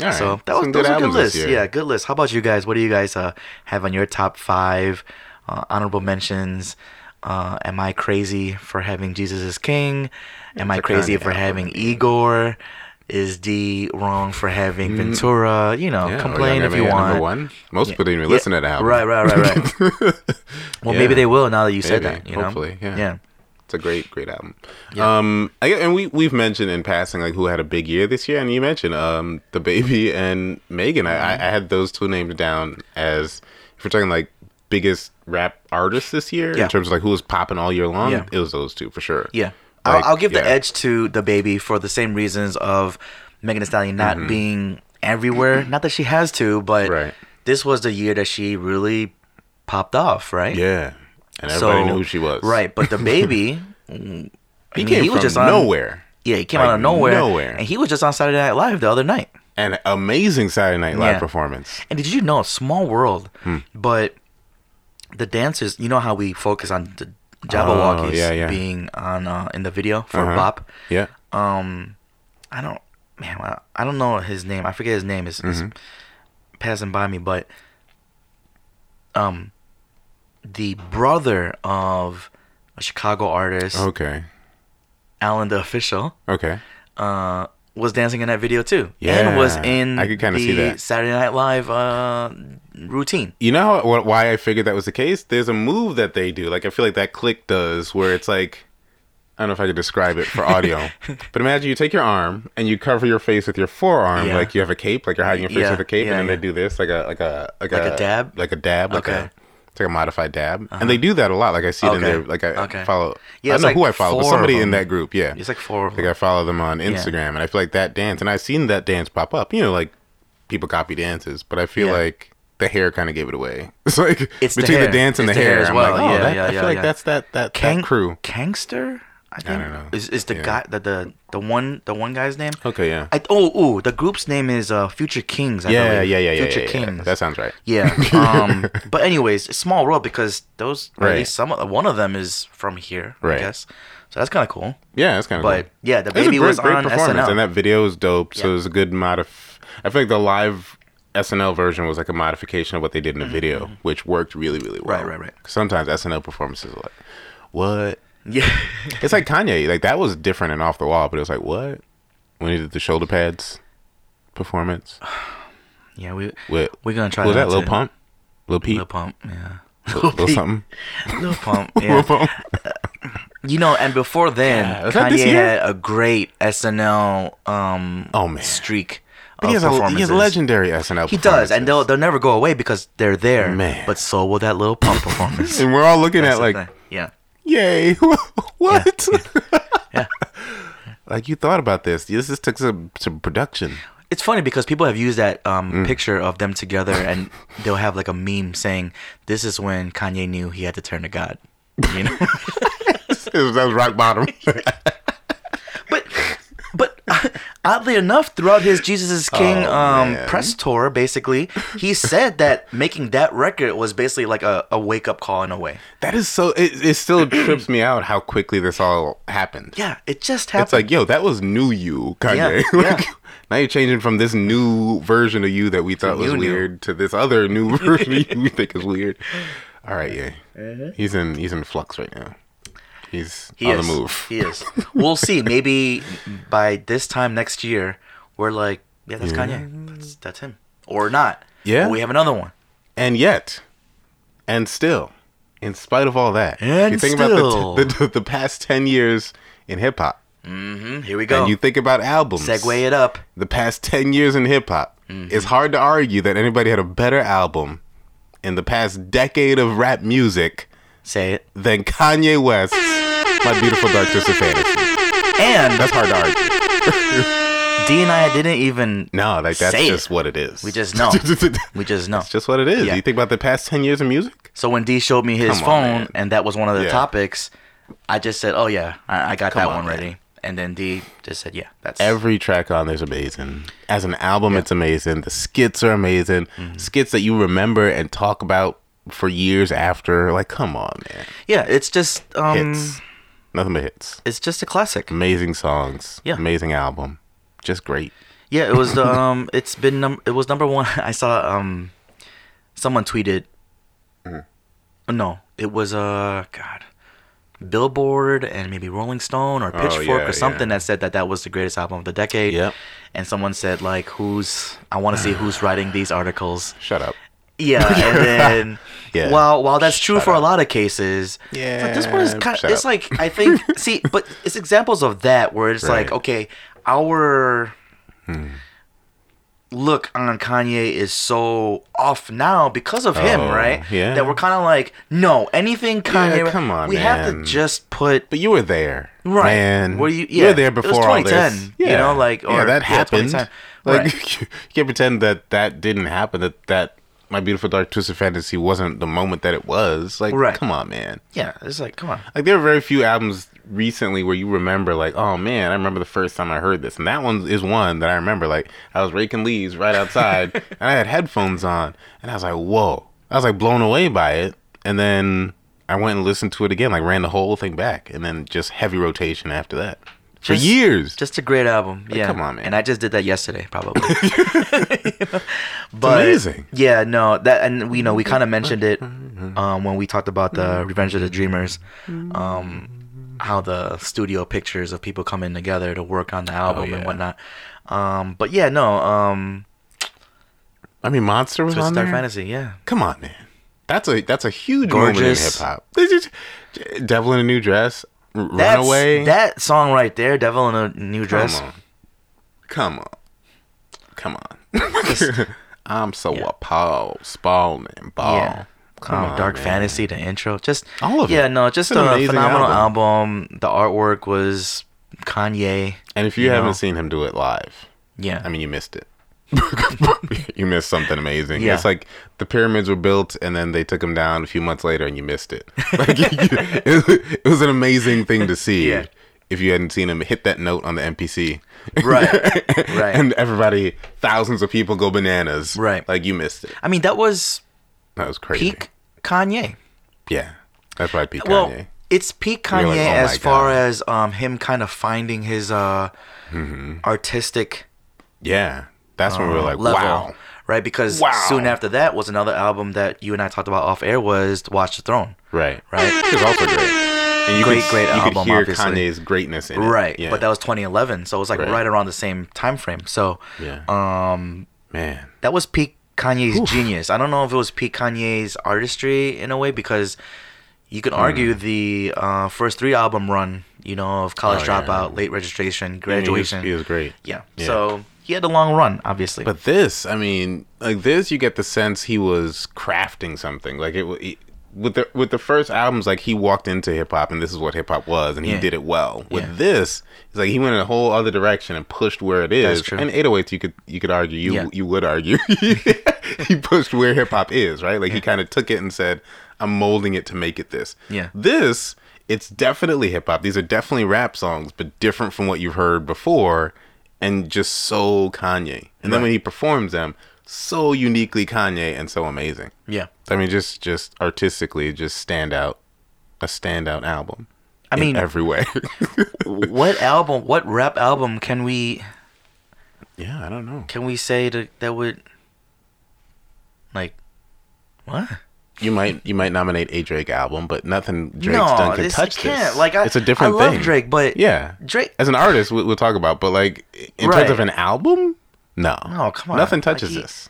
All right.
So that was,
Some
that was a good
albums this
list.
year.
Yeah, good list. How about you guys? What do you guys uh, have on your top five uh, honorable mentions? Uh, am I crazy for having Jesus is King? Am I
a
crazy
Kanye
for
album,
having Igor? Is D wrong for having Ventura? You know,
Mm. Yeah, Oh, or
complain
Young
if you
M.A. at
want.
Number one. Most people didn't even
Yeah,
listen to that album.
Right, right, right, right. well, maybe
Yeah.
they will now that you said
Maybe.
that. You know,
Hopefully, yeah.
yeah.
It's a great, great album. Um, I, and we we've mentioned in passing like who had a big year this year, and you mentioned um the baby and Megan. I, I I had those two named down as if we're talking like biggest rap artists this year
Yeah.
in terms of like who was popping all year long.
Yeah.
It was those two for sure.
Yeah.
Like,
I'll, I'll give the
yeah.
edge to the baby for the same reasons of Megan Thee Stallion not being everywhere. Not that she has to, but
Mm-hmm. Right.
this was the year that she really popped off, right?
Yeah, and everybody
So-
knew who she was.
Right. But the baby,
he
mean,
came
he was
from
just on-
nowhere.
yeah, he came
Like,
out of nowhere.
nowhere.
And he was just on Saturday Night Live the other night.
An amazing Saturday Night Live
Yeah.
performance.
And did you know, small world,
Hmm.
but the dancers, you know how we focus on the
Oh,
Jabberwockies
yeah, yeah.
being on uh, in the video for
Uh-huh.
Bop?
Yeah.
um i don't man I- i don't know his name i forget his name is
Mm-hmm.
passing by me but um the brother of a chicago artist
Okay.
alan the official
Okay.
uh was dancing in that video too
Yeah,
and was in
I could kinda see
the
that.
saturday night live uh routine
You know how, wh- why I figured that was the case? There's a move that they do. Like I feel like that click does, where it's like I don't know if I could describe it for audio, but imagine you take your arm and you cover your face with your forearm,
Yeah.
like you have a cape, like you're hiding your face
Yeah,
with a cape,
yeah,
and then
yeah.
they do this, like a like a like,
Like a dab?
like a dab, like
Okay. Uh-huh.
a it's like a modified dab, and they do that a lot. Like I see it in
Okay.
their like I
Okay.
follow.
Yeah,
I don't
it's
know
like
who I follow, but
four
somebody
of
in
them.
that group, yeah,
it's like four of
like
them.
I follow them on Instagram, and I feel like that dance, and I've seen that dance pop up. You know, like people copy dances, but I feel
Yeah.
like the hair kind of gave it away. It's like
It's the
between the,
hair.
dance and
It's
the, hair.
as
I'm
well.
like, oh,
Yeah,
that,
yeah,
I
yeah,
feel like
yeah.
that's that that,
Kang-
that crew.
Kangster? I, think,
don't know.
Is is the
Yeah.
guy the, the the one the one guy's name?
Okay, yeah.
I, oh, oh, the group's name is uh, Future Kings. I
yeah,
believe.
yeah, yeah, yeah,
Future
yeah, yeah.
Kings.
That sounds right.
yeah. Um, but anyways, it's small world because those or at
Right.
least some of, one of them is from here,
Right.
I guess. So that's kind of cool.
Yeah, that's kind of.
But
cool.
yeah, the
It was a
baby
great,
was
great
on
performance,
SNL.
and that video was dope. So
Yeah.
it was a good modif. I feel like the live SNL version was like a modification of what they did in the video, which worked really, really well.
Mm-hmm. Right, right, right.
Sometimes SNL performances are like, what?
yeah.
It's like Kanye. Like that was different and off the wall, but it was like what when he did the shoulder pads performance
Oh, yeah, we
with
we're gonna try
who was
that
that Lil
too.
Pump, Lil Peep,
Lil Pump. Yeah.
Lil, Lil something,
Lil Pump.
Lil
Yeah.
Pump.
You know, and before then,
Yeah, was that this
Kanye
year?
had a great SNL um
Oh, man.
streak.
He
of
has, a, he has
performances.
legendary SNL.
He does, and they'll
performances.
they'll never go away because they're there.
Man.
But so will that little pump performance.
and we're all looking
That's
at
the
like,
thing. yeah,
yay, what?
Yeah.
like you thought about this. This just took some some production.
it's funny because people have used that um,
Mm.
picture of them together, and they'll have like a meme saying, "This is when Kanye knew he had to turn to God." You know,
It was- that was rock bottom.
but but oddly enough, throughout his Jesus is King
Oh,
um,
man.
press tour, basically, he said that making that record was basically like a, a wake up call in a way.
that is so. It, it still trips me out how quickly this all happened.
Yeah, it just
It's
happened.
like, yo, that was new you, Kanye.
Yeah,
like,
yeah.
Now you're changing from this new version of you that we thought was
new, new.
weird to this other new version of you we think is weird. All right, yeah. He's in he's in flux right now. He's
Uh-huh. He
on
is.
the move.
He is. We'll see. Maybe by this time next year, we're like, yeah, that's Kanye. That's, that's him. Or not.
Yeah.
Or we have another one.
And yet, and still, in spite of all that,
And
you think
still.
about the, t- the, the past ten years in hip hop,
Mm, Here we go.
and you think about albums.
Segue it up.
the past 10 years in hip hop,
Mm-hmm.
it's hard to argue that anybody had a better album in the past decade of rap music
Say it.
than Kanye West, My Beautiful Dark Twisted Fantasy.
And
That's hard to argue.
D and I didn't even
No, like that's
say
just
it.
what it is.
We just know. we just know.
It's just what it is.
Yeah.
You think about the past ten years of music?
So when D showed me his
Come on,
phone,
man.
and that was one of the
Yeah.
topics, I just said, "Oh yeah, I, I got that
on,
one
man.
ready." And then D just said, "Yeah, that's
Every track on there's amazing. As an album, it's amazing. The skits are amazing.
Mm-hmm.
Skits that you remember and talk about for years after. Like, come on, man.
yeah." It's just um,
Hits. Nothing but hits.
it's just a classic.
Amazing songs.
Yeah.
Amazing album. Just great.
Yeah, it was the um, it's been num- it was number one. I saw um, someone tweeted,
Mm-hmm.
Oh, no, it was uh, God, Billboard and maybe Rolling Stone or Pitchfork
Oh, yeah,
or something
yeah.
that said that that was the greatest album of the decade.
Yep.
And someone said like, "Who's? I want to see who's writing these articles."
Shut up.
Yeah, and then
Yeah.
while while that's true
Shut
for a
up.
lot of cases, it's like, this one is
Yeah,
kind of
shut up.
it's like I think see, but it's examples of that where it's like
Right. Hmm.
okay, our look on Kanye is so off now because of him,
Oh,
right?
yeah.
that we're kind of like no anything Kanye.
come on,
we have to
man.
just put
But you were there,
Right.
Man,
Were you-
were
yeah.
there
It was
before all this.
2010, you know, like,
yeah,
or-
that
yeah,
happened.
2010.
Like
Right.
you can't pretend that that didn't happen. That that my beautiful dark twisted fantasy wasn't the moment that it was. Like,
Right.
come on, man.
yeah. It's like come on,
Like there are very few albums recently where you remember, like, oh man, I remember the first time I heard this, and that one is one that I remember. Like I was raking leaves right outside, and I had headphones on, and I was like, whoa, I was like blown away by it, and then. I went and listened to it again, like ran the whole thing back, and then just heavy rotation after that for
Just-
years.
just a great album. yeah,
come on, man.
And I just did that yesterday, probably. but
amazing.
Yeah, no, that and we know we kind of mentioned it um, when we talked about the Revenge of the Dreamers, um, how the studio pictures of people coming together to work on the album
Oh, yeah.
and whatnot. Um, but yeah, no, um,
I mean, Monster was
Twisted
on
Dark
there?
Fantasy, yeah.
Come on, man. That's a that's a huge moment in hip
Gorgeous.
hop. This is- Devil in a New Dress, R-
That's,
Runaway.
That song right there, Devil in a New
Come
Dress.
on, come on, come on. I'm so
Yeah.
appalled, Spawn and Ball.
Yeah.
Come
um,
on,
Dark
man.
Fantasy, the intro, just
All of
yeah,
it.
no, just
It's an
a
amazing
phenomenal album. The artwork was Kanye.
And if you,
you
haven't
know.
seen him do it live,
Yeah,
I mean, you missed it. you missed something amazing.
Yeah.
It's like the pyramids were built and then they took them down a few months later and you missed it. Like, you- it, was an amazing thing to see
Yeah.
if you hadn't seen him hit that note on the NPC.
right, right.
And everybody, thousands of people go bananas.
Right.
Like you missed it.
I mean, that was
That was crazy.
peak Kanye.
Yeah. That's probably peak
Well,
Kanye.
it's peak
You're
Kanye
like, "Oh my
as far
God."
as um him kind of finding his uh artistic
Yeah. That's when we were Mm-hmm. like,
uh, level.
wow.
Right, because
Wow.
soon after that was another album that you and I talked about off air was Watch the Throne.
Right.
Right.
It was also great. And you
Great,
could,
great
you could
album,
hear
obviously.
Kanye's greatness in it.
Right.
Yeah.
But that was 2011, so it was like
Right.
right, around the same time frame. So
Yeah.
um
Man.
that was peak Kanye's genius. I don't know if it was peak Kanye's artistry in a way because you can argue
Hmm.
the uh, first three album run, you know, of College
Oh, yeah.
Dropout, Late Registration,
I mean, he was-
Graduation.
He was great.
yeah.
Yeah.
So he had a long run, obviously.
But this, I mean, like this, you get the sense he was crafting something. Like it, wa- he- with the with the first albums, like he walked into hip hop, and this is what hip hop was, and he
Yeah.
did it well. With
Yeah.
this, it's like he went in a whole other direction and pushed where it is.
true.
And 808s, you could you could argue, you
Yeah.
you would argue, he pushed where hip hop is, right? Like he kind of took it and said, "I'm molding it to make it this."
Yeah.
this. It's definitely hip hop. These are definitely rap songs, but different from what you've heard before, and just so Kanye. And then when he performs them, so uniquely Kanye and so amazing.
yeah.
I mean, just just artistically, just stand out, a standout album.
I
in
mean-
every way.
what album, what rap album can we
yeah, I don't know.
can we say to, that would like what?
You might you might nominate a Drake album, but nothing Drake's
no,
done can
this,
touch
I can't.
this.
Like I,
it's a different
I love
thing.
Drake, but
Yeah,
Drake.
as an artist, we, we'll talk about. But like in
Right.
terms of an album, no,
No, come on.
nothing
Like,
touches
he-
this.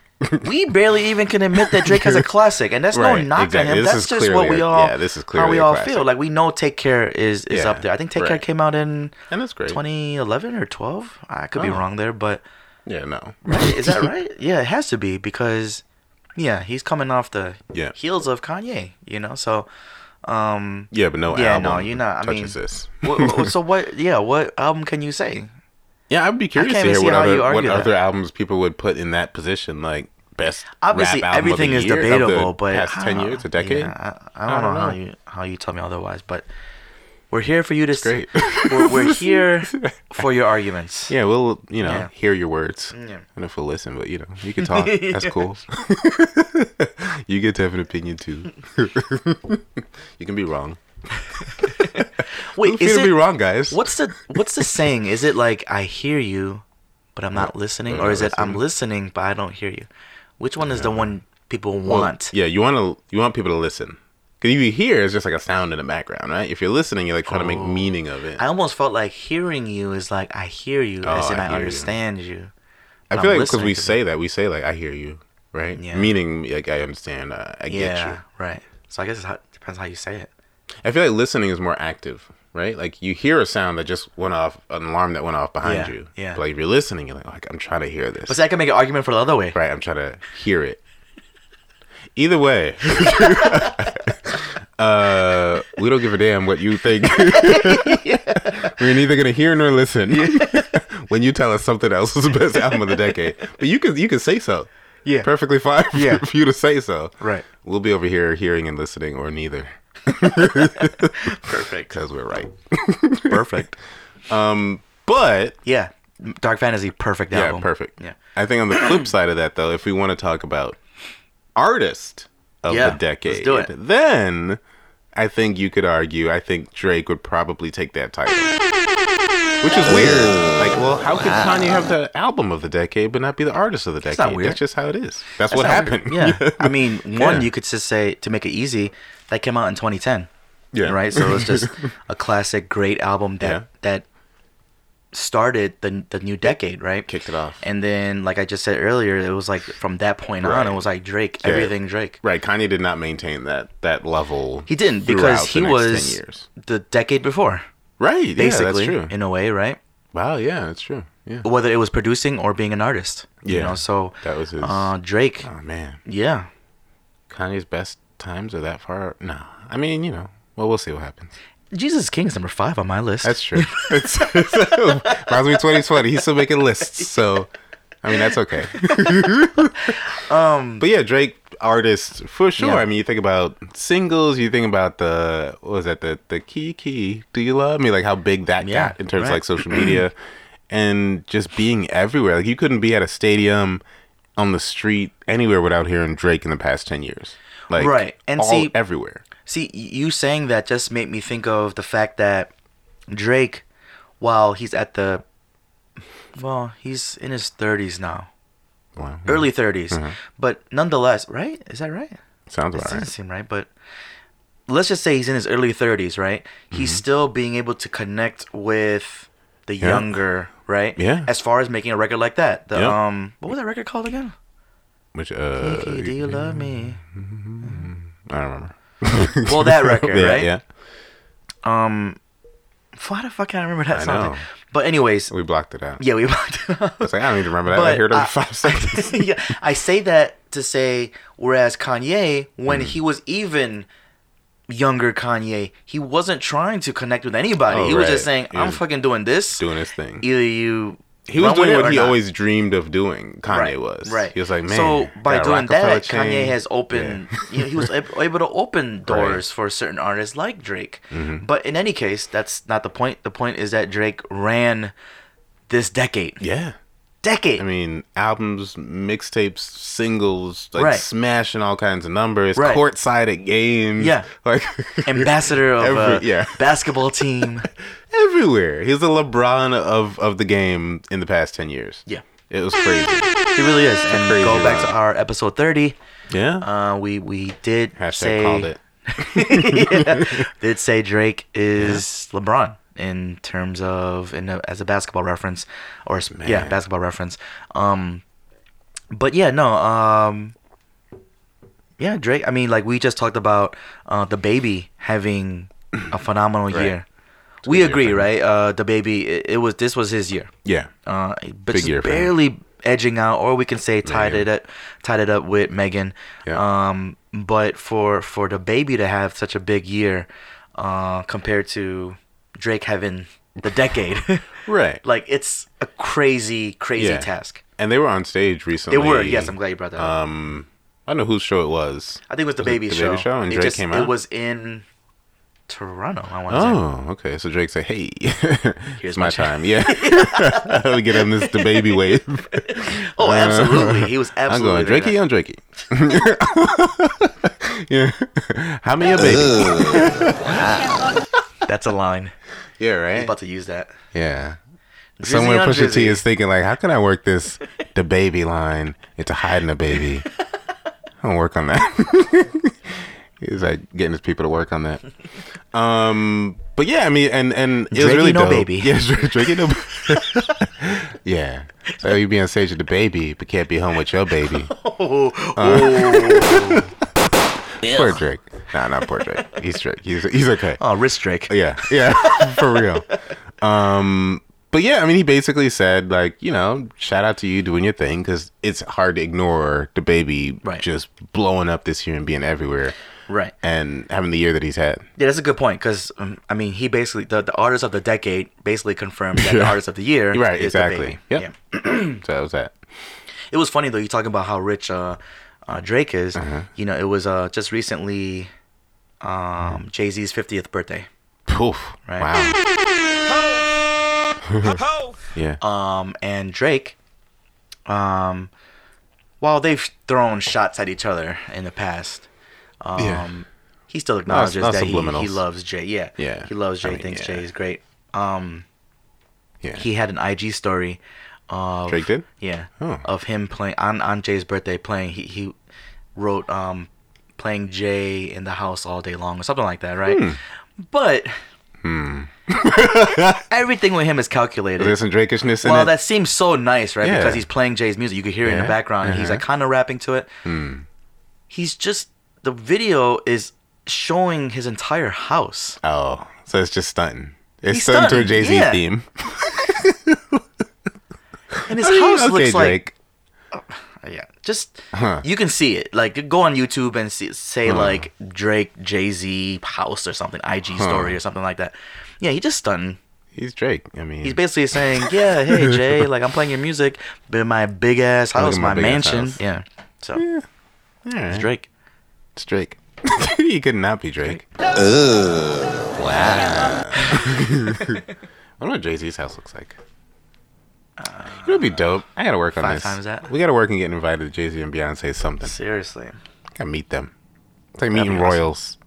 we barely even can admit that Drake has a classic, and that's
Right,
no knock
exactly.
on him.
This
that's
is
just what
clearly
we
a-
all,
yeah, this is
how
clearly
we
a
all
classic.
feel. Like we know Take Care is is
Yeah,
up there. I think Take Care
right.
came out in
And that's great.
2011 or 12. I could be
Oh.
wrong there, but
Yeah, no.
is that right? yeah, it has to be because yeah, he's coming off the
Yeah.
heels of Kanye, you know. So um,
Yeah, but no
Yeah,
album.
no, you're not- I
touches
mean-
this.
wh- wh- so what? Yeah, what album can you say?
Yeah, I'd be curious to
can't
hear
even
what
see how
other
you
what
argue that.
other albums people would put in that position, like best.
Obviously,
rap album of the
everything is
year, of the
debatable, but
past
I
ten
don't-
years, a decade.
yeah, I, I don't, know, how you how you tell me otherwise, but we're here for you to.
great.
we're, we're here for your arguments.
Yeah, we'll you know
Yeah. Mm,
hear your words. I
Yeah.
don't know if we'll listen, but you know you can talk. That's cool. you get to have an opinion too. you can be wrong.
Wait,
Feel free
is
to be
it,
wrong, guys.
what's the what's the saying? Is it like I hear you, but I'm not listening,
I'm
or
not
is it I'm listening but I don't hear you? Which one is the one people
Well,
want?
Yeah, you want to you want people to listen because you hear it's just like a sound in the background, right? If you're listening, you're like trying to make meaning of it.
Oh. I
I,
almost felt like hearing you is like I hear you,
Oh,
as in
I
I,
hear you.
understand you. I'm
feel like because
listening
we
to
say that, we say like I hear you, right?
Yeah.
Meaning like I understand, uh, I get you.
Yeah, right. So I guess it depends how you say it.
I feel like listening is more active, right? Like you hear a sound that just went off, an alarm that went off behind
Yeah,
you.
yeah.
But like if you're listening, you're like, oh, I'm trying to hear this.
But see, I can make an argument for the other way.
Right, I'm trying to hear it. Either way, uh, we don't give a damn what you think. We're neither gonna hear nor listen when you tell us something else is the best album of the decade. But you can you can say so.
Yeah.
perfectly fine for,
Yeah.
for you to say so.
Right.
we'll be over here hearing and listening or neither
Perfect.
because we're right.
Perfect.
But
yeah. Dark Fantasy, perfect
yeah,
album.
perfect.
Yeah.
I think on the flip side of that though, if we want to talk about artist of
Yeah,
the
let's
decade,
do it.
then I think you could argue. I think Drake would probably take that title, which is weird. Like, well, how could Kanye have the album of the decade but not be the artist of the decade?
not weird.
That's just how it is. That's, what
That's
happened.
not weird. Yeah. I mean, one,
Yeah.
you could just say, to make it easy, that came out in 2010.
Yeah.
Right? So it was just a classic, great album that,
Yeah.
that started the, the new decade, right?
Kicked it off.
And then, like I just said earlier, it was like from that point
Right.
on, it was like Drake,
Yeah.
everything Drake.
Right, Kanye did not maintain that that level.
He didn't
throughout
because
the
he
next
was
10 years.
the decade before,
right.
basically,
yeah, that's true.
in a way, right?
Wow, yeah, that's true. Yeah,
whether it was producing or being an artist. You
Yeah,
know, so
that was his-
uh, Drake.
oh man,
Yeah.
Kanye's best times are that far. Nah, I mean, you know. Well, we'll see what happens.
Jesus King's number five on my list.
That's true. It's, it's, reminds me of 2020. He's still making lists, so I mean that's okay. um, but yeah, Drake artist for sure.
Yeah.
I mean, you think about singles. You think about the what was that the the Kiki? Do you love me? Like how big that
Yeah,
got in terms of
right.
like social media and just being everywhere. Like you couldn't be at a stadium, on the street, anywhere without hearing Drake in the past ten years. Like
Right, and
all,
see-
everywhere.
See, y- you saying that just made me think of the fact that Drake, while he's at the, well, he's in his 30s now,
Wow,
early 30s,
Mm-hmm.
but nonetheless, right? Is that right?
sounds about
This doesn't
right.
seem right, but let's just say he's in his early 30s, right? He's
Mm-hmm.
still being able to connect with the younger, right?
Yeah.
As far as making a record like that, the
Yeah.
um, what was that record called again?
Which uh,
Nikki, do you love me?
I don't remember.
Well, that record,
yeah,
right?
yeah.
Why the fuck can I remember that
I
song?
know.
But anyways,
We blocked it out.
yeah, we blocked it out.
It's like, I don't need to remember that. I
But
heard it in
I-
five seconds.
yeah, I say that to say, whereas Kanye,
Mm.
when he was even younger Kanye, he wasn't trying to connect with anybody.
Oh,
he was
right.
just saying,
He
"I'm
was
fucking doing this.
doing his thing.
Either you."
He was
run with
doing
it
what
or
he
not."
always dreamed of doing. Kanye
right,
was.
right.
He was like, man.
So by
got a
doing
Rockefeller
that, Kanye
chain."
has opened. You know, he was ab- able to open doors for certain artists like Drake.
Mm-hmm.
But in any case, that's not the point. The point is that Drake ran this decade.
Yeah.
Decade.
I mean, albums, mixtapes, singles, like
Right.
smashing all kinds of numbers,
Right.
courtside at games.
Yeah.
Like
Ambassador of a
Every- yeah.
basketball team.
everywhere. He's the LeBron of, of the game in the past 10 years.
Yeah.
It was crazy.
He really is. And
Crazy
go back to
run.
our episode thirty.
Yeah.
Uh, we we did
Hashtag
say
called it.
did say Drake is LeBron in terms of in a, as a basketball reference or s- yeah
Man.
basketball reference. Um, but yeah, no. Um, yeah, Drake. I mean, like we just talked about uh, the baby having a phenomenal year. We
year
agree,
for him.
right? Uh, the baby. It, it was this was his year.
Yeah.
Uh, but
Big
just
year for him.
barely edging out, or we can say tied
Megan.
it up, tied it up with Megan.
Yeah.
Um, but for for the baby to have such a big year, uh, compared to Drake having the decade.
Right.
like it's a crazy, crazy
Yeah.
task.
And they were on stage recently.
They were. Yes, I'm glad you brought that up.
Um, I don't know whose show it was.
I think it was the
it
baby
The
show.
Baby Show and
it
Drake came out?
It was in Toronto. I want to say.
Oh, okay. So Drake said, "Hey, here's
Here's
my
my
time. Yeah, I'll get on this the baby wave.
Oh, absolutely. He was
I'm
absolutely.
going Drakey
there.
on Drakey. yeah, how me a baby?
That's a line.
Yeah,
I'm
right.
about to use that.
Yeah.
Drizzy
Somewhere
on
Pusha T
Drizzy.
is thinking like, how can I work this the baby line into hiding a baby? I don't work on that. He's like getting his people to work on that. Um, but yeah, I mean, and and it was
Drakey
really
no
dope.
baby.
Yeah, Dra- Drakey no. yeah, so you be on stage with the baby, but can't be home with your baby.
Oh, oh.
Uh, Poor Drake. Nah, not poor Drake. He's Drake. He's he's okay.
oh, wrist Drake.
Yeah, yeah, for real. Um, but yeah, I mean, he basically said like, you know, shout out to you doing your thing because it's hard to ignore the baby
Right.
just blowing up this year and being everywhere
Right.
and having the year that he's had.
Yeah, that's a good point because um, I mean, he basically the, the artist of the decade basically confirmed that the
Yeah.
artist of the year
Right,
is the
exactly.
baby.
Yep.
Yeah. Hmm.
So that was that.
It was funny though. You talking about how rich uh, uh, Drake is.
Uh-huh.
You know, it was uh, just recently um, Jay Z's fiftieth birthday.
Poof!
Right.
Wow. Yeah.
Um, and Drake, um, while they've thrown shots at each other in the past, um,
Yeah.
he still acknowledges
not
that he, he
subliminals.
loves Jay. Yeah,
Yeah.
he loves Jay.
I mean,
thinks
yeah.
Jay is great. Um,
yeah.
he had an IG story. Of,
Drake did?
Yeah.
Oh.
Of him playing on on Jay's birthday, playing he he wrote um playing Jay in the house all day long or something like that, right?
Hmm.
But everything with him is calculated.
There's some Drakishness in
Well,
it.
that seems so nice, right?
Yeah.
Because he's playing Jay's music. You could hear it in
Yeah,
the background. and He's
uh-huh. Hmm.
like kind of rapping to it. He's just the video is showing his entire house.
oh, so it's just stunting. It's
He's
stunting to a
stunting,
Jay Z
yeah.
theme.
And his house
okay,
looks like
Drake.
yeah just
Huh.
you can see it like go on youtube and see, say like drake jay-z house or something ig story or something like that yeah he just stunned
He's Drake. I mean,
he's basically saying yeah hey jay like i'm playing your music but in my big ass
at
house
my
my,
big ass
mansion
house."
yeah so
all right.
it's drake
It's Drake. he could not be Drake. Ugh. Wow. I wonder what Jay Z's house looks like. it would be dope. I gotta work on
Uh, five
this.
times that?
We gotta work and get invited to Jay Z and Beyonce something.
seriously
Gotta meet them. It's like meeting
be awesome.
royals.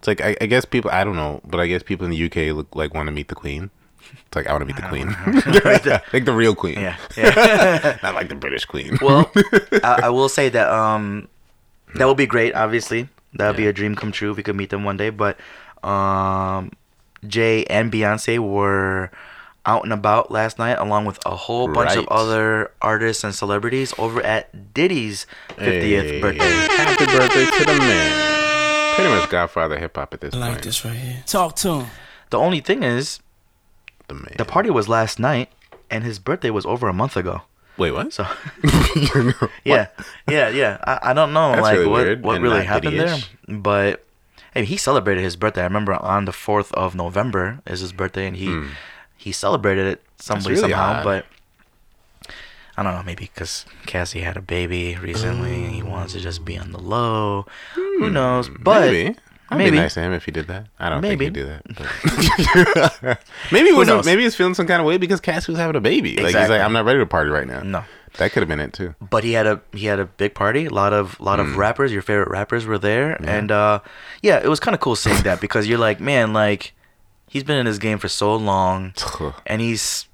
It's like I, I guess people I don't know, but I guess people in the UK look like want to meet the Queen. It's like I want to meet the Queen, like the real Queen,
yeah yeah
not like the British Queen.
well I, I will say that um that would be great obviously that would be a dream come true if we could meet them one day but um jay and beyonce were out and about last night along with a whole bunch of
Right.
other artists and celebrities over at diddy's 50th
Hey,
birthday
Happy birthday to the man. Pretty much Godfather hip hop at this point.
right here. Talk to him.
the only thing is
The man.
the party was last night and his birthday was over a month ago
Wait, what?
so yeah yeah yeah i, I don't know
That's
like
really
what,
weird
what
and
really
not
happened there
Diddy-ish.
but hey, he celebrated his birthday i remember on the 4th of november is his birthday and he he celebrated it some
Hmm. That's
way
really
somehow
odd.
but I don't know, maybe because Cassie had a baby recently, and he wants to just be on the low. Who knows? But
Hmm, maybe. That'd
maybe.
be nice to him if he did that. I don't
Maybe.
think he'd do that. but- maybe he wasn't,
knows?
maybe he's feeling some kind of way because Cassie was having a baby. Like he's
Exactly.
like, I'm not ready to party right now.
No.
That could have been it too.
but he had a he had a big party. A lot of lot
Hmm.
of rappers, your favorite rappers were there, and uh, yeah, it was kind of cool seeing that because you're like, man, like he's been in this game for so long, and he's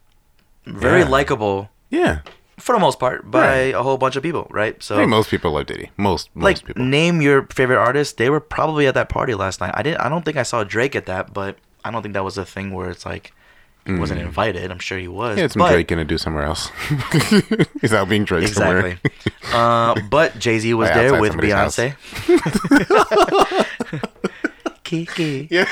very
Yeah.
likable
yeah.
for the most part by a whole bunch of people, right?
I think
So.
most people love Diddy. Most most
Oh. Like
people.
name your favorite artist. They were probably at that party last night. I didn't. I don't think I saw Drake at that, but I don't think that was a thing where it's like he wasn't invited. I'm sure he was.
yeah, it's Hmm. some
but-
Drake gonna do somewhere else. he's out being Drake
Exactly.
somewhere.
uh, but Jay Z was
Like
there
outside
with
somebody's house.
Beyonce. Kiki.
Yeah.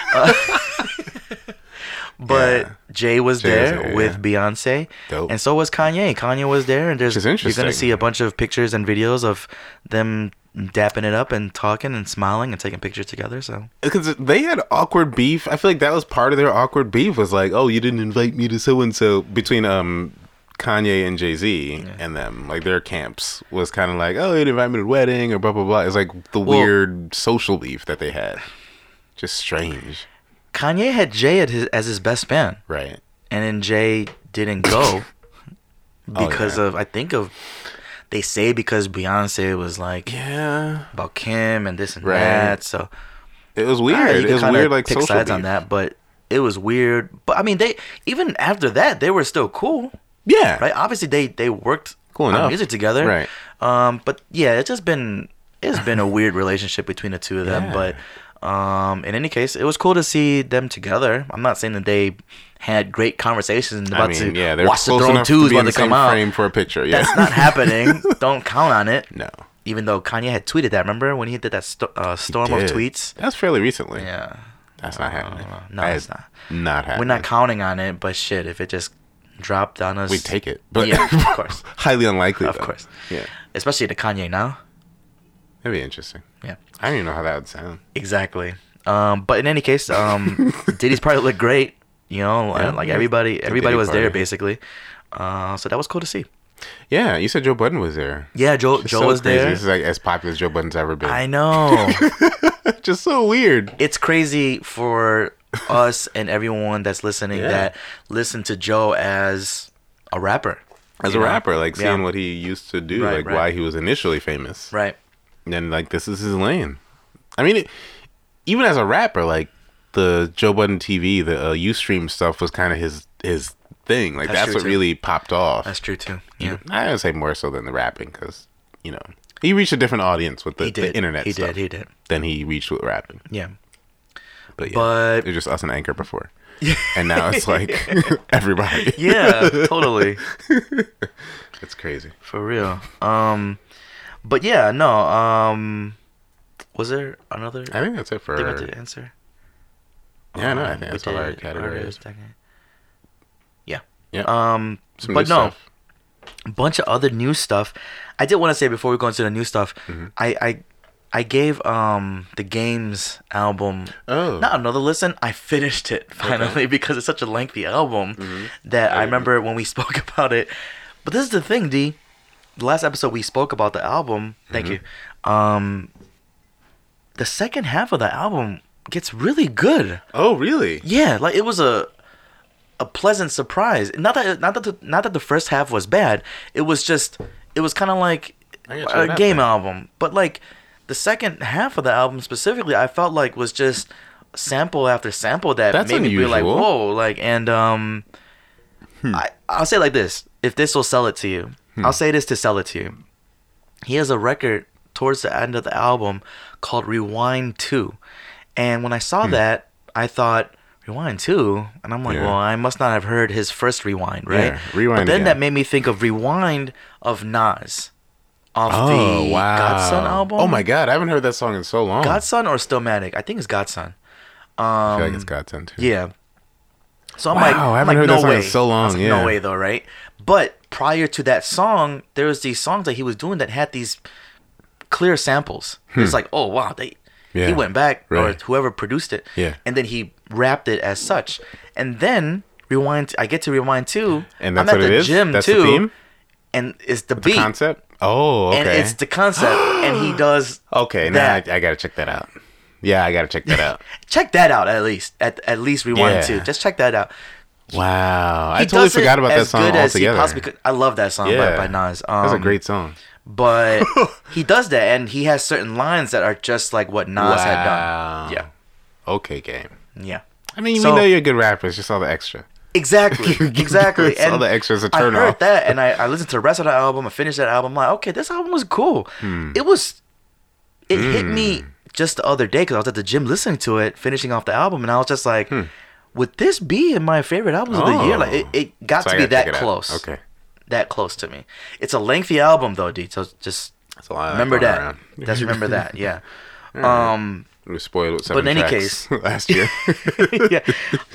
But
Yeah.
Jay was
Jay was
there
there,
with
yeah.
Beyonce,
Dope.
and so was Kanye. Kanye was there, and there's
Which is
you're gonna
interesting.
see a bunch of pictures and videos of them dapping it up and talking and smiling and taking pictures together. So
because they had awkward beef. I feel like that was part of their awkward beef was like, oh, you didn't invite me to so and so between um Kanye and Jay Z and them. Like their camps was kind of like, oh, you didn't invite me to the wedding or blah blah blah. It's like the
Well-
weird social beef that they had. Just strange,
Kanye had Jay at his, as his best man,
right?
and then Jay didn't go because
Oh, yeah.
of I think of they say because Beyonce was like
Yeah,
about Kim and this and
Right.
that. So
it was
all right,
weird.
you
it
can
was
kinda
weird, like
pick
social
sides
beef.
on that, but it was weird. But I mean, they even after that, they were still cool,
Yeah,
right? Obviously, they they worked
Cool
on
enough.
music together,
Right.
Um, but yeah, it's just been it's been a weird relationship between the two of them.
Yeah.
But um, in any case, it was cool to see them together. I'm not saying that they had great conversations
I
about
mean,
to
yeah, they're
watch the
close
throne
enough
two
to
is
be in
about
the
to
same
come out.
frame for a picture. Yeah,
That's not happening. Don't count on it.
no.
Even though Kanye had tweeted that, remember when he did that sto- uh, storm of
Did.
tweets?
That's fairly recently.
Yeah.
That's not happening.
no,
That
it's
is
not.
Not happening.
We're not counting on it, but shit, if it just dropped on us,
We take it, but
yeah, of course,
highly unlikely.
of
though.
course.
Yeah,
Especially the Kanye now.
that'd be interesting.
Yeah,
I don't even know how that would sound.
exactly. Um, but in any case, um, Diddy's party looked great. You know,
Yeah,
and, like
yeah.
everybody,
It's a
everybody
Diddy
was there
party.
basically. Uh, so that was cool to see.
Yeah, you said Joe Budden was there.
Yeah, Joe,
It's
Joe
so
was
crazy.
there.
This is like as popular as Joe Budden's ever been.
I know.
Just so weird.
it's crazy for us and everyone that's listening
Yeah.
that listen to Joe as a rapper.
As
you
a
know?
rapper, like
Yeah.
seeing what he used to do,
Right,
like
right.
why he was initially famous.
Right.
And then like this is his lane. I mean, it, even as a rapper, like the Joe Budden TV, the uh, UStream stuff was kind of his his thing. Like
That's
that's,
true,
what
too.
really popped off.
That's true too. Yeah.
I would say more so than the rapping because you know he reached a different audience with the,
He did.
the internet
He
stuff
did. He did.
than he reached with rapping.
Yeah.
But yeah,
But-
it was just us and Anchor before, and now it's like everybody.
Yeah, totally.
it's crazy.
For real. Um but yeah, no, um was there another
I think that's it for.
thing I did answer?
yeah, no, I
Um,
think
we
that's all our
did
categories.
artist, okay. Yeah.
Yeah,
Um
some
but
new
no,
stuff.
bunch of other new stuff. I did want to say before we go into the new stuff,
Mm-hmm.
I, I I gave um the games album
Oh.
not another listen. I finished it finally because it's such a lengthy album
Mm-hmm.
that I remember when we spoke about it. But this is the thing, D. The last episode we spoke about the album. Thank
Mm-hmm.
you. Um, the second half of the album gets really good.
Oh, really?
Yeah, like it was a a pleasant surprise. Not that not that the, not that the first half was bad. It was just it was kind of like
I gotta check it
a
out
game
then.
album, but like the second half of the album specifically, I felt like was just sample after sample that
That's
made me be like,
unusual. Hmm.
whoa, like and um, I I'll say it like this: if this will sell it to you, I'll say this to sell it to you. He has a record towards the end of the album called Rewind Two, and when I saw that, I thought. Rewind two, and I'm like,
Hmm. Yeah.
well, I must not have heard his first rewind, right?
Yeah, Rewind
But then
again.
that made me think of Rewind of Nas off
Oh,
the
wow.
Godson album.
Oh my God, I haven't heard that song in so long.
Godson or Stillmatic? I think it's Godson.
I feel like it's Godson too.
Yeah. So I'm
Wow,
like,
I haven't
I'm like,
heard
no
that song in
way.
so long,
I was like,
yeah.
No way though, right? But prior to that song, there was these songs that he was doing that had these clear samples. It's like, oh wow, they
Hmm. Yeah,
he went back
right.
or whoever produced it.
Yeah.
And then he wrapped it as such. And then rewind I get to rewind too.
And that's
I'm at
what it
the
is?
gym
That's the
too.
theme?
And it's the beat.
Concept. Oh, okay.
And it's the concept. and he does
okay, now
that.
I, I gotta check that out. Yeah, I gotta check that out.
check that out at least. At at least rewind
Yeah.
too. Just check that out.
Wow, I
He
totally
does it
forgot about that
as
song
good as he
altogether.
possibly could. I love that song
yeah,
by, by Nas. Um,
That's a great song.
But he does that, and he has certain lines that are just like what Nas uh, had done.
Wow.
Yeah,
Okay, game.
yeah,
I mean,
So-
we know you're a good rapper. It's just all the extra.
exactly, exactly.
It's all the extras, a
I heard
turnoff.
that, and I, I listened to the rest of the album. I finished that album. I'm like, okay, this album was cool.
Hmm.
It was. It hit me just the other day because I was at the gym listening to it, finishing off the album, and I was just like,
Hmm.
would this be in my favorite albums of the year? Like, it, it got
So I
to be
gotta check
that
it out.
close.
Okay,
that close to me. It's a lengthy album though, D. So just
that's a lot. of
remember
going
that.
Uh, around.
Just remember that. Yeah. Um.
We were spoiled with seven
in any
tracks
case-
last year.
yeah.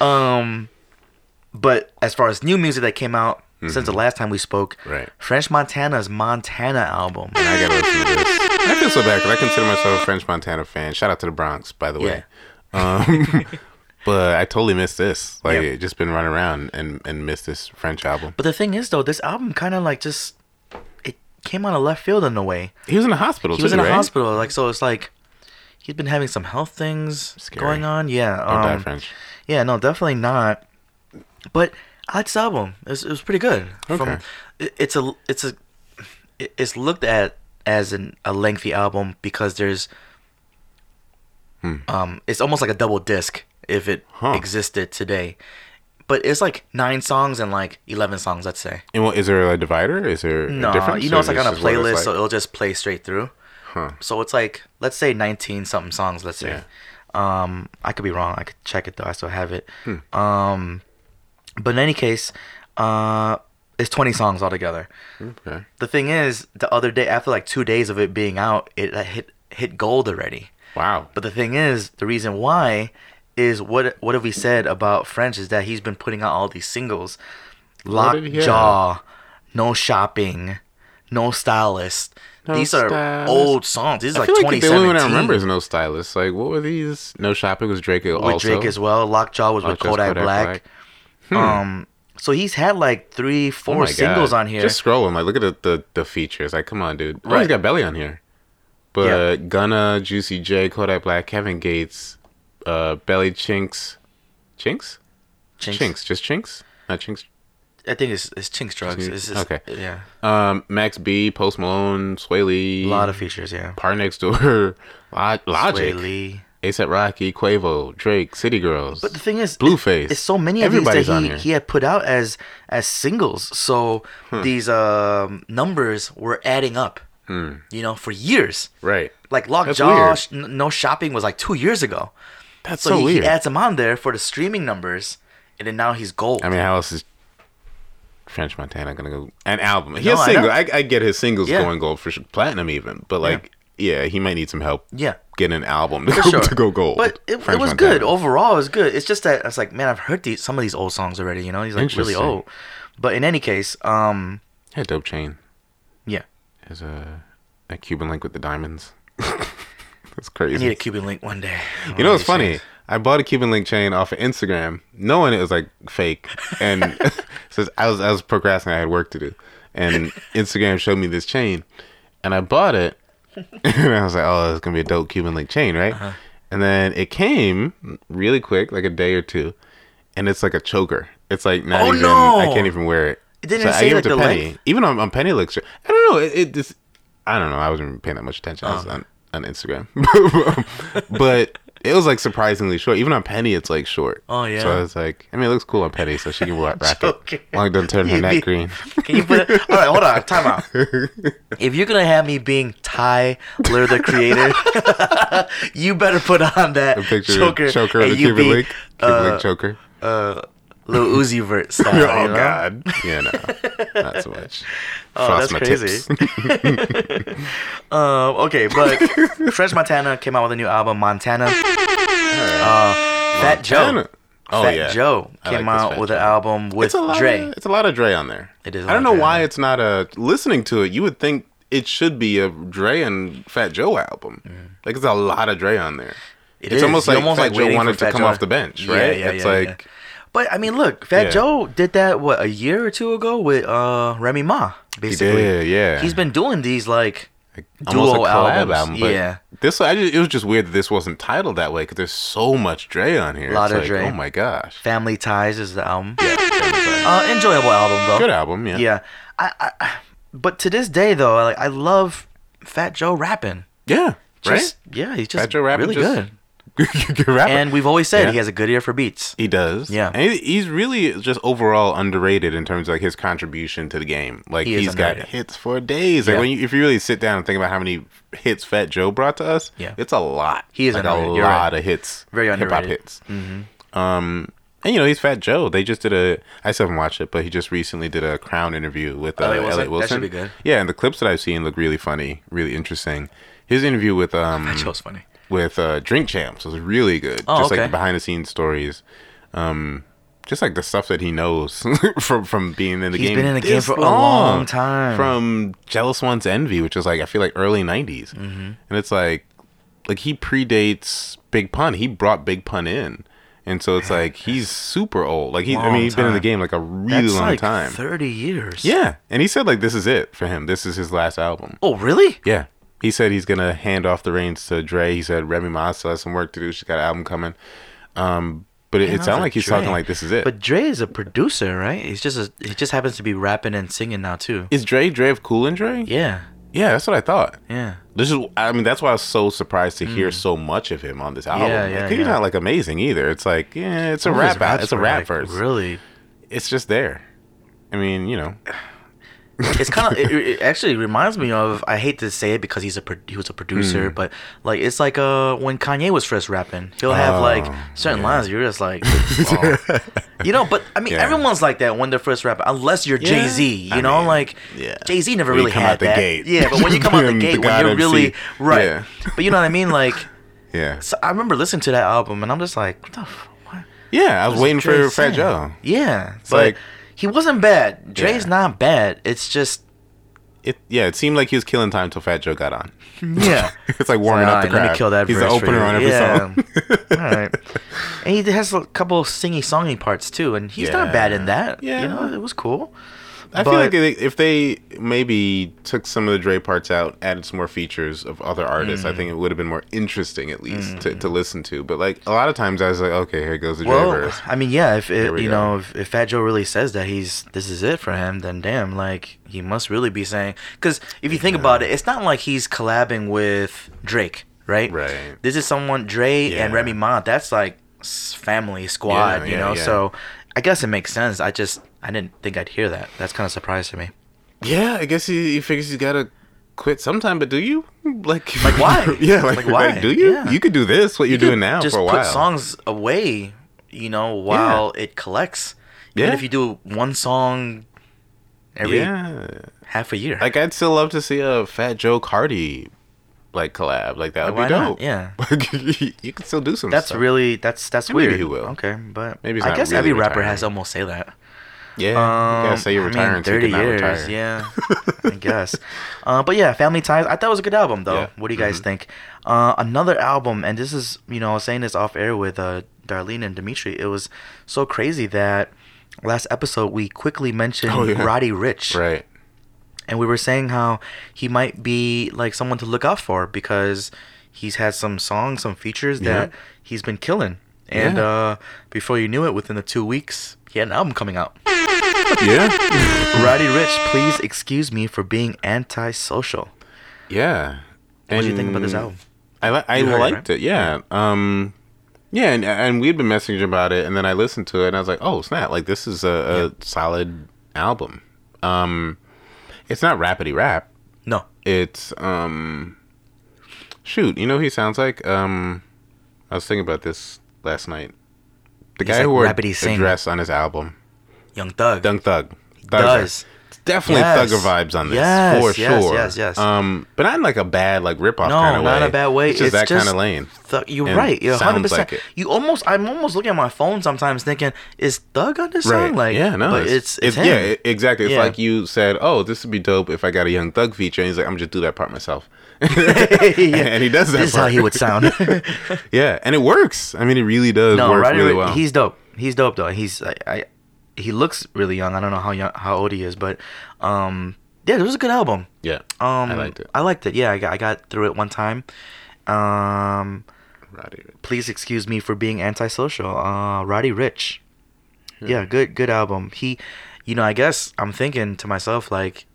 Um. But as far as new music that came out since the last time we spoke,
Mm-hmm. Right.
French Montana's Montana album.
I gotta listen to this. I feel feel so bad because I consider myself a French Montana fan. Shout out to the Bronx, by the way. Um, but I totally missed this. Like,
Yep.
just been running around and, and missed this French album.
But the thing is, though, this album kind of like just it came out of left field in a way.
He was in the hospital.
He was
too,
in a
right?
hospital, like so. It's like he's been having some health things
Scary.
going on. Yeah,
Don't die
um,
French.
yeah, no, definitely not. But I liked this album. It was, it was pretty good.
Okay.
it- it's a it's a it- it's looked at as an, a lengthy album because there's um it's almost like a double disc if it
Hmm. Huh.
existed today. But it's like nine songs and like eleven songs, let's say.
And what, is there a divider? Is there a
No,
difference?
you know
Or
it's like
is
on a
this what
playlist,
it's
so
like?
it'll just play straight through.
Huh.
So it's like let's say nineteen something songs. Let's say, um, I could be wrong. I could check it though. I still have it.
Hmm.
Um, but in any case, uh, it's twenty songs altogether.
okay.
The thing is, the other day after like two days of it being out, it uh, hit hit gold already.
Wow.
But the thing is, the reason why is what what have we said about French is that he's been putting out all these singles,
What
Lock
did he
Jaw, No Shopping, No Stylist.
No
these are
Stylist.
old songs. These are
I
like
feel like the only one I
2017
remember is No Stylist. Like, what were these? No Shopping was Drake
with
also.
Drake as well. Lockjaw was with
Lockjaw's
Kodak, Black. Um, so he's had like three,
Hmm. Oh
four
my
singles
God.
on here.
Just scrolling, like look at the the, the features. Like, come on, dude. Oh, he's
Right.
got Belly on here, but Gunna, Juicy J, Kodak Black, Kevin Gates, uh, Belly Chinks, Chinks,
Chinks.
Chinks, just Chinks, not Chinks.
I think it's it's Chinks Drugs. It's just,
Okay.
Yeah.
Um, Max B, Post Malone, Sway Lee,
A lot of features. Yeah.
Par Next Door, Log-
Sway
Logic,
Lee.
ASAP Rocky, Quavo, Drake, City Girls.
But the thing is,
Blueface.
it- It's so many of
Everybody's
these that
on
he,
here.
he had put out as as singles. So
Hmm.
these um, numbers were adding up. You know, for years.
right.
Like
Hmm. That's
Lockjaw,
weird.
sh- N- no shopping was like two years ago.
That's
So,
so,
he, he
weird.
adds them on there for the streaming numbers, and then now he's gold.
I mean, how else is French Montana gonna go? An album. He
No,
has
I know.
single. I, I get his singles
Yeah.
going gold for sure, platinum even, but like, yeah. he might need some help.
Yeah.
getting an album to,
For
go,
sure.
to go gold.
But it, it
French
was
Montana.
good overall. It was good. It's just that I was like, man, I've heard these some of these old songs already. You know, he's like really
Interesting.
old. But in any case, um,
Yeah, dope chain
yeah,
is a a Cuban link with the diamonds. That's
I
crazy.
need a Cuban link one day.
You know what's funny? I bought a Cuban link chain off of Instagram, knowing it was like fake, and since I was I was procrastinating, I had work to do, and Instagram showed me this chain, and I bought it, and I was like, oh, it's gonna be a dope Cuban link chain, right?
Uh-huh.
And then it came really quick, like a day or two, and it's like a choker. It's like not
Oh,
even
no!
I can't even wear it.
It didn't say, like, the
Penny.
length?
Even on, on Penny looks. I don't know. It, it just I don't know. I wasn't paying that much attention.
Oh.
I was on, on Instagram, but it was like surprisingly short. Even on Penny, it's like short.
Oh, yeah.
So I was like, I mean, it looks cool on Penny, so she can rock, rock
Joking.
it. Long doesn't turn her
You
neck
mean-
green.
Can you put it? All right, hold on. Time out. If you're gonna have me being Tyler the Creator, you better put on that
Picture
choker,
choker, choker of
and
the
you
Cuban
be uh,
link, Cuban link choker.
Lil Uzi Vert style.
Oh
you know?
God. Yeah, no, not so much.
Oh, that's crazy. Um, okay, but French Montana came out with a new album, Montana. Uh, Fat Joe.
Montana. Oh
Fat
yeah.
Joe
I
came
like this
out
Fat
with
Joe.
an album with
it's a lot
Dre.
Of, it's a lot of Dre on there.
It is a
I
lot
don't
of
know
Dre on
why
there.
it's not a. Listening to it, you would think it should be a Dre and Fat Joe album. Like it's a lot of Dre on there.
Mm-hmm. It
it's
is.
almost
You're
like Fat Joe
waiting
wanted
for
to
Fat
come
Joe.
off the bench, right?
Yeah, yeah,
it's
yeah, yeah.
like
But I mean, look, Fat
Yeah.
Joe did that what a year or two ago with uh Remy Ma. Basically,
did, yeah.
He's been doing these like,
almost
duo
a collab
albums.
album. But
Yeah.
This I just, it was just weird that this wasn't titled that way because there's so much Dre on here.
Lot
It's
of
like,
Dre.
Oh my gosh.
Family Ties is the album. Uh, enjoyable album though.
Good album, yeah.
Yeah, I, I, but to this day though, like I love Fat Joe rapping.
Yeah.
Just, Yeah, he's just
Fat Joe rapping,
really
just-
good.
right? Good rapper.
And we've always said
Yeah.
he has a good ear for beats.
He does.
Yeah.
And he- he's really just overall underrated in terms of like his contribution to the game. Like
He
he
is
has got
underrated.
hits for days. Like
Yeah.
when you if you really sit down and think about how many hits Fat Joe brought to us,
Yeah.
it's a lot.
He is
like a
underrated.
lot
You're right.
of hits.
Very
Hip hop
underrated. Mm-hmm.
hits. Um and you know, he's Fat Joe. They just did a I still haven't watched it, but he just recently did a crown interview with uh,
Elliot
Elliot
Wilson?
Wilson.
That should be good.
Yeah, and the clips that I've seen look really funny, really interesting. His interview with um
Fat Joe's funny.
with uh, Drink Champs was really good.
Oh,
Just
okay.
like behind the scenes stories. Um, just like the stuff that he knows from from being in the
He's
game.
been in the game
this
for a long time.
From Jealous One's Envy, which is like I feel like early '90s,
Mm-hmm.
and it's like like he predates Big Pun. He brought Big Pun in, and so it's like he's super old. Like he, I
Long
mean, he's been in the
time.
game like a really
That's
long
like
time.
Thirty years.
yeah, and he said like this is it for him. This is his last album.
Oh, really?
Yeah. He said he's gonna hand off the reins to Dre. He said Remy Ma still has some work to do. She's got an album coming. Um, but it,
Man,
it
I was
sounded like he's
Dre.
talking like this is it.
But Dre is a producer, right? He's just a, he just happens to be rapping and singing now too.
is Dre Dre of Cool and Dre?
Yeah,
Yeah, that's what I thought.
yeah.
This is, I mean, that's why I was so surprised to hear so much of him on this album.
Mm. Yeah,
Like,
yeah,
he's
yeah.
not like amazing either. It's like, yeah, it's a
Some of his
rap out.
raps
It's a
were,
rap
like,
verse.
Really,
It's just there. I mean, you know,
it's kind of it, it actually reminds me of I hate to say it because he's a pro, he was a
Hmm.
producer, but like it's like uh when Kanye was first rapping, he'll have like
Oh,
certain lines you're just like, wow. you know. But I mean,
Yeah.
everyone's like that when they're first rapping, unless you're Jay Z. You
I
know,
mean,
like
yeah.
Jay Z never
When you
really
come
had
out the
that.
gate.
Yeah, but when you come out the
Being the
gate, when
God
you're
MC.
really right.
Yeah.
But you know what I mean, like.
yeah,
So I remember listening to that album, and I'm just like, what the f- what?
yeah. I was waiting
Dre
for Fat
saying?
Joe.
Yeah, but
like-
he wasn't bad. Dre's
Yeah.
not bad. It's just
It yeah, it seemed like he was killing time till Fat Joe got on.
yeah.
It's like warming
All
up the
right,
crowd.
Let me kill that
He's
verse
the
for
opener
you.
on every
yeah.
song.
All right, and he has a couple singy songy parts too, and he's not bad in that.
Yeah.
you know, it was cool.
I
But-
feel like they- if they maybe took some of the Dre parts out, added some more features of other artists, I think it would have been more interesting at least to, to listen to. But like a lot of times, I was like, okay, here goes the Dre
Well,
verse.
I mean, yeah. If
Here
it,
we
you
go.
know, if, if Fat Joe really says that he's this is it for him, then damn, like he must really be saying. Because if you think about it, it's not like he's collabing with Drake, right?
Right.
This is someone Dre and
Yeah.
Remy Ma. That's like s- family squad,
Yeah,
you
yeah,
know.
yeah.
So I guess it makes sense. I just I didn't think I'd hear that. That's kind of surprised to me.
Yeah, I guess he, he figures he's got to quit sometime. But do you like
Like, why?
yeah, like,
Like, why?
like, do you?
Yeah.
You could do this. What you're
You
doing now
just
for a
put
while.
songs away, you know, while it collects. Even
Yeah.
if you do one song every
yeah,
half a year.
like I'd still love to see a Fat Joe Cardi like collab. Like that would
Why
be
not?
dope.
Yeah.
Like, you could still do some.
That's
stuff.
really that's that's
Maybe
weird.
he will.
Okay, but
Maybe
maybe
he's
I
not
guess
really
every rapper
retiring.
has almost say that.
yeah. you
Um,
gotta say you're
I mean,
retiring. so you cannot retire.
Yeah, I guess. Uh, but yeah, Family Ties. I thought it was a good album, though.
Yeah. Mm-hmm.
What do you guys think? Uh, another album, and this is you know I was saying this off air with uh, Darlene and Dimitri. It was so crazy that last episode we quickly mentioned
Oh, yeah.
Roddy Rich,
Right.
and we were saying how he might be like someone to look out for because he's had some songs, some features that
Yeah.
he's been killing. And
Yeah.
uh, before you knew it, within the two weeks, he had an album coming out.
Yeah.
Roddy Rich, please excuse me for being antisocial.
Yeah.
What do you think about this album?
I li- I
You heard it,
liked it. Yeah. Um. Yeah, and and we'd been messaging about it, and then I listened to it, and I was like, oh snap! Like this is a, a solid album. Um, it's not rapidy rap.
No.
It's um, shoot, you know who he sounds like? Um, I was thinking about this last night. The
He's
guy
like
who wore
Rapidy
a
Singh.
dress on his album,
Young Thug.
Dunk Thug. Thug's
does.
It's definitely
Yes.
thugger vibes on this
Yes,
for
yes,
sure.
yes, yes.
Um, but not in like a bad like ripoff
No,
kind of way.
not a bad way.
It's just
It's
that kind
just
of lane.
Thug, you're
And
right. You're
sounds
100.
like
percent
it.
You almost. I'm almost looking at my phone sometimes, thinking, "Is Thug on this song?" Like,
yeah, no,
but it's it's, him.
yeah, it- exactly. It's
Yeah.
like you said, oh, this would be dope if I got a Young Thug feature, and he's like, I'm just do that part myself, and he does that.
This is how
part.
he would sound.
yeah, and it works. I mean, it really does
no,
work
Roddy
really
Ricch-
well.
he's dope. He's dope though. He's I, I he looks really young. I don't know how young how old he is, but um yeah, it was a good album.
yeah,
Um,
I liked it.
I liked it. Yeah, I got I got through it one time. Um,
Roddy Ricch.
please excuse me for being antisocial. Uh, Roddy Rich. Yeah, good good album. He, you know, I guess I'm thinking to myself like,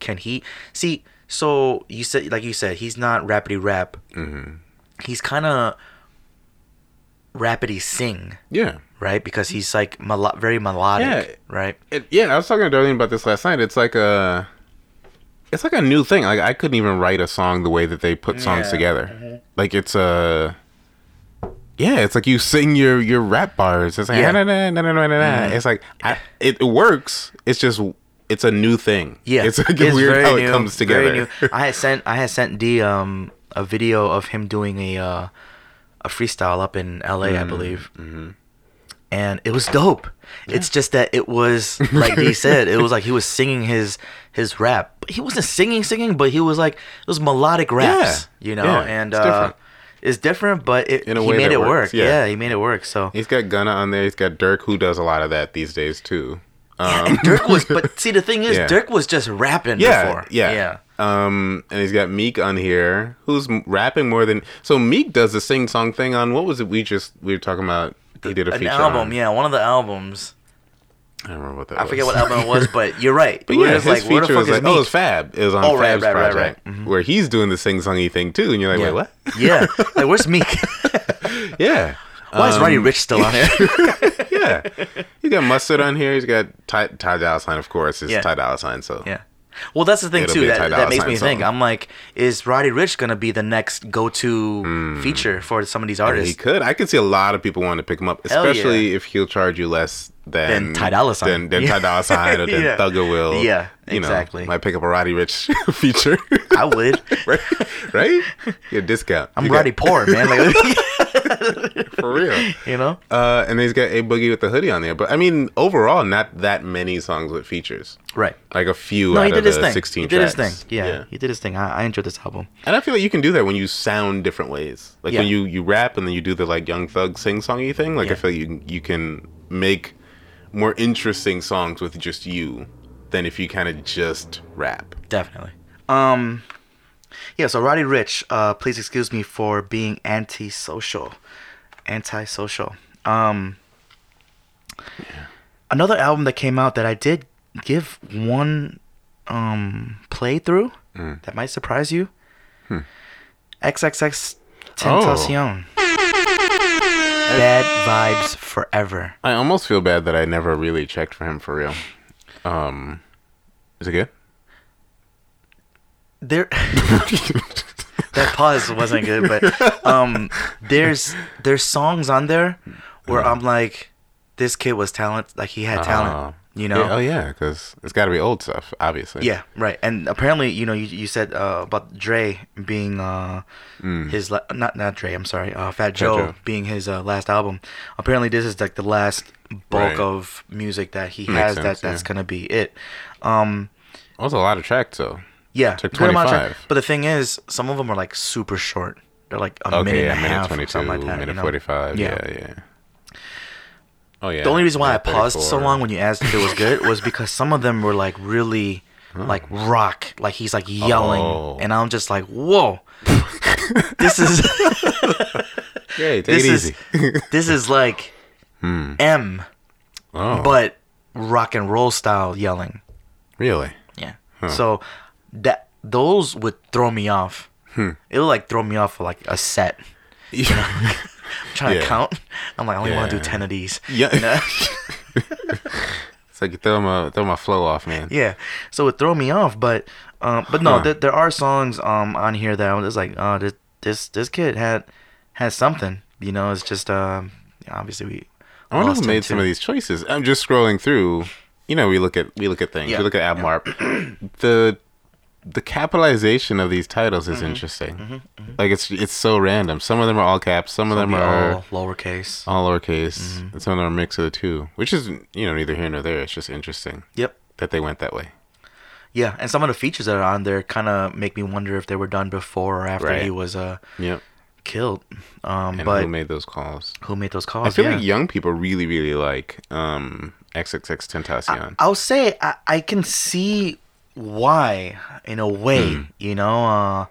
can he see? So you said like you said he's not rapidy rap. Mm-hmm. He's kind of rapidy sing,
Yeah,
right? Because he's like melo- very melodic,
Yeah.
right?
it, yeah, I was talking to Darlene about this last night. It's like a, it's like a new thing. Like I couldn't even write a song the way that they put songs
Yeah, uh-huh.
together. Like it's a, yeah, it's like you sing your your rap bars. It's like
Yeah. Mm-hmm.
"Na, na, na, na, na, na, na." it's like I, it works. It's just it's a new thing.
Yeah,
it's like weird
very
how it
new,
comes
very
together.
new. I had sent I had sent D um a
Mm-hmm.
video of him doing a uh, a freestyle up in L.A. I believe, and it was dope. It's just that it was like he said, it was like he was singing his his rap. But he wasn't singing singing, but he was like it was melodic raps,
Yeah.
you know.
Yeah,
and
it's
uh,
different.
it's different, but it,
In a
he
way
made
that
it
works,
work. Yeah.
yeah.
he made it work. So
He's got Gunna on there. He's got Dirk, who does a lot of that these days too. Um,
Dirk was, but see the thing is,
Yeah.
Dirk was just rapping
yeah,
before.
yeah, Um, and he's got Meek on here, who's m- rapping more than so. Meek does the sing song thing on what was it? We just we were talking about. He did a
an
feature
album.
on.
Yeah, one of the albums.
I don't remember what that
I
was.
forget what album it was, but you're right.
But
We're
yeah,
just
his
like, where the
feature
fuck
was like,
is
oh, it
Meek?
was Fab. It was on
Oh, right,
Fab's
right, right, right.
project, where he's doing the sing songy thing too, and you're like,
Yeah.
wait, what?
Yeah, like where's Meek?
Yeah.
Why is
Um,
Roddy Rich still on here?
Yeah. He's got Mustard on here. He's got Ty, Ty Dolla Sign, of course. It's
Yeah.
Ty Dolla Sign, so.
Yeah. Well, that's the thing
It'll
too.
be a
That,
Ty
that
Dolla
makes me
Sign
think.
song.
I'm like, is Roddy Rich gonna be the next go-to feature for some of these
Hmm. He
artists?
could. I could see a lot of people wanting to pick him up,
Hell yeah.
especially if he'll charge you less than
Than Ty Dolla Sign.
than, than
Yeah.
Ty Dolla Sign or than
Yeah.
Thugger will.
Yeah,
you know,
exactly.
might pick up a Roddy Rich feature,
I would.
right? Right? Your discount.
I'm
You got-
Roddy Poor, man. Like,
for real.
you know.
Uh, and he's got a boogie with the hoodie on there. But I mean, overall, not that many songs with features.
Right.
Like a few
No,
out
he did
of
his
the
thing.
sixteen.
He did his thing.
tracks.
Yeah, he did his thing. I, I enjoyed this album.
And I feel like you can do that when you sound different ways. Like when
Yeah.
you you rap and then you do the like Young Thug sing songy thing. Like
Yeah.
I feel like you can- you can make more interesting songs with just you than if you kind of just rap.
Definitely. Um, yeah. So Roddy Rich, uh, please excuse me for being antisocial, antisocial. Um, another album that came out that I did give one um playthrough that might surprise you. XXX Tentacion. Bad vibes forever.
I almost feel bad that I never really checked for him for real. Um, is it good?
There. that pause wasn't good, but um, there's there's songs on there where
Mm.
I'm like, this kid was talent, like he had
Oh.
talent, you know?
Yeah,
Yeah,
oh yeah, because it's got to be old stuff, obviously.
right. And apparently, you know, you, you said uh, about Dre being uh, his la- not not Dre, I'm sorry, uh, Fat, Joe,
Mm. Joe.
being his uh, last album. Apparently, this is like the last bulk
Right.
of music that he
Makes
has.
sense,
that that's
yeah.
gonna be it. Um,
That was a lot of tracks though.
Yeah,
Took
good amount of time.
25.
But the thing is, some of them are like super short. They're like a minute and a half, or something like that.
minute
you know?
forty-five. Yeah.
Yeah.
yeah, Oh yeah.
The only reason why I
minute
paused so
34.
long when you asked if it was good was because some of them were like really like rock, like he's like yelling,
Oh.
and I'm just like, whoa, this is
yeah, take
this
it
is
easy. Hmm.
this is like M,
Oh,
but rock and roll style yelling.
really?
Yeah. So that those would throw me off.
Hmm.
It would like throw me off for like a set.
Yeah.
trying
Yeah.
to count. I'm like, I only want to
Yeah.
do ten of these. uh,
yeah. it's like you throw my throw my flow off, man.
Yeah, so it threw me off, but um, but no, th- there are songs um on here that I was just like, oh, this this this kid had has something. You know, it's just um obviously we.
I wonder
lost
who
him
made some
too.
of these choices. I'm just scrolling through. You know, we look at we look at things.
Yeah.
We look at AbMarp. the the capitalization of these titles
Mm-hmm.
is interesting. Like it's it's so random. Some of them are all caps. Some of them
Be
are Oh.
all Mm-hmm. lowercase.
all lowercase. And some of them are a mix of the two, which is you know neither here nor there. It's just interesting
Yep.
that they went that way.
Yeah, and some of the features that are on there kind of make me wonder if they were done before or after
Right.
he was uh
Yep.
killed. Um,
And
but
who made those calls?
who made those
I
calls?
feel
yeah.
like young people really, really like um, XXX Tentacion.
I'll say I, I can see why, in a way, you know, uh,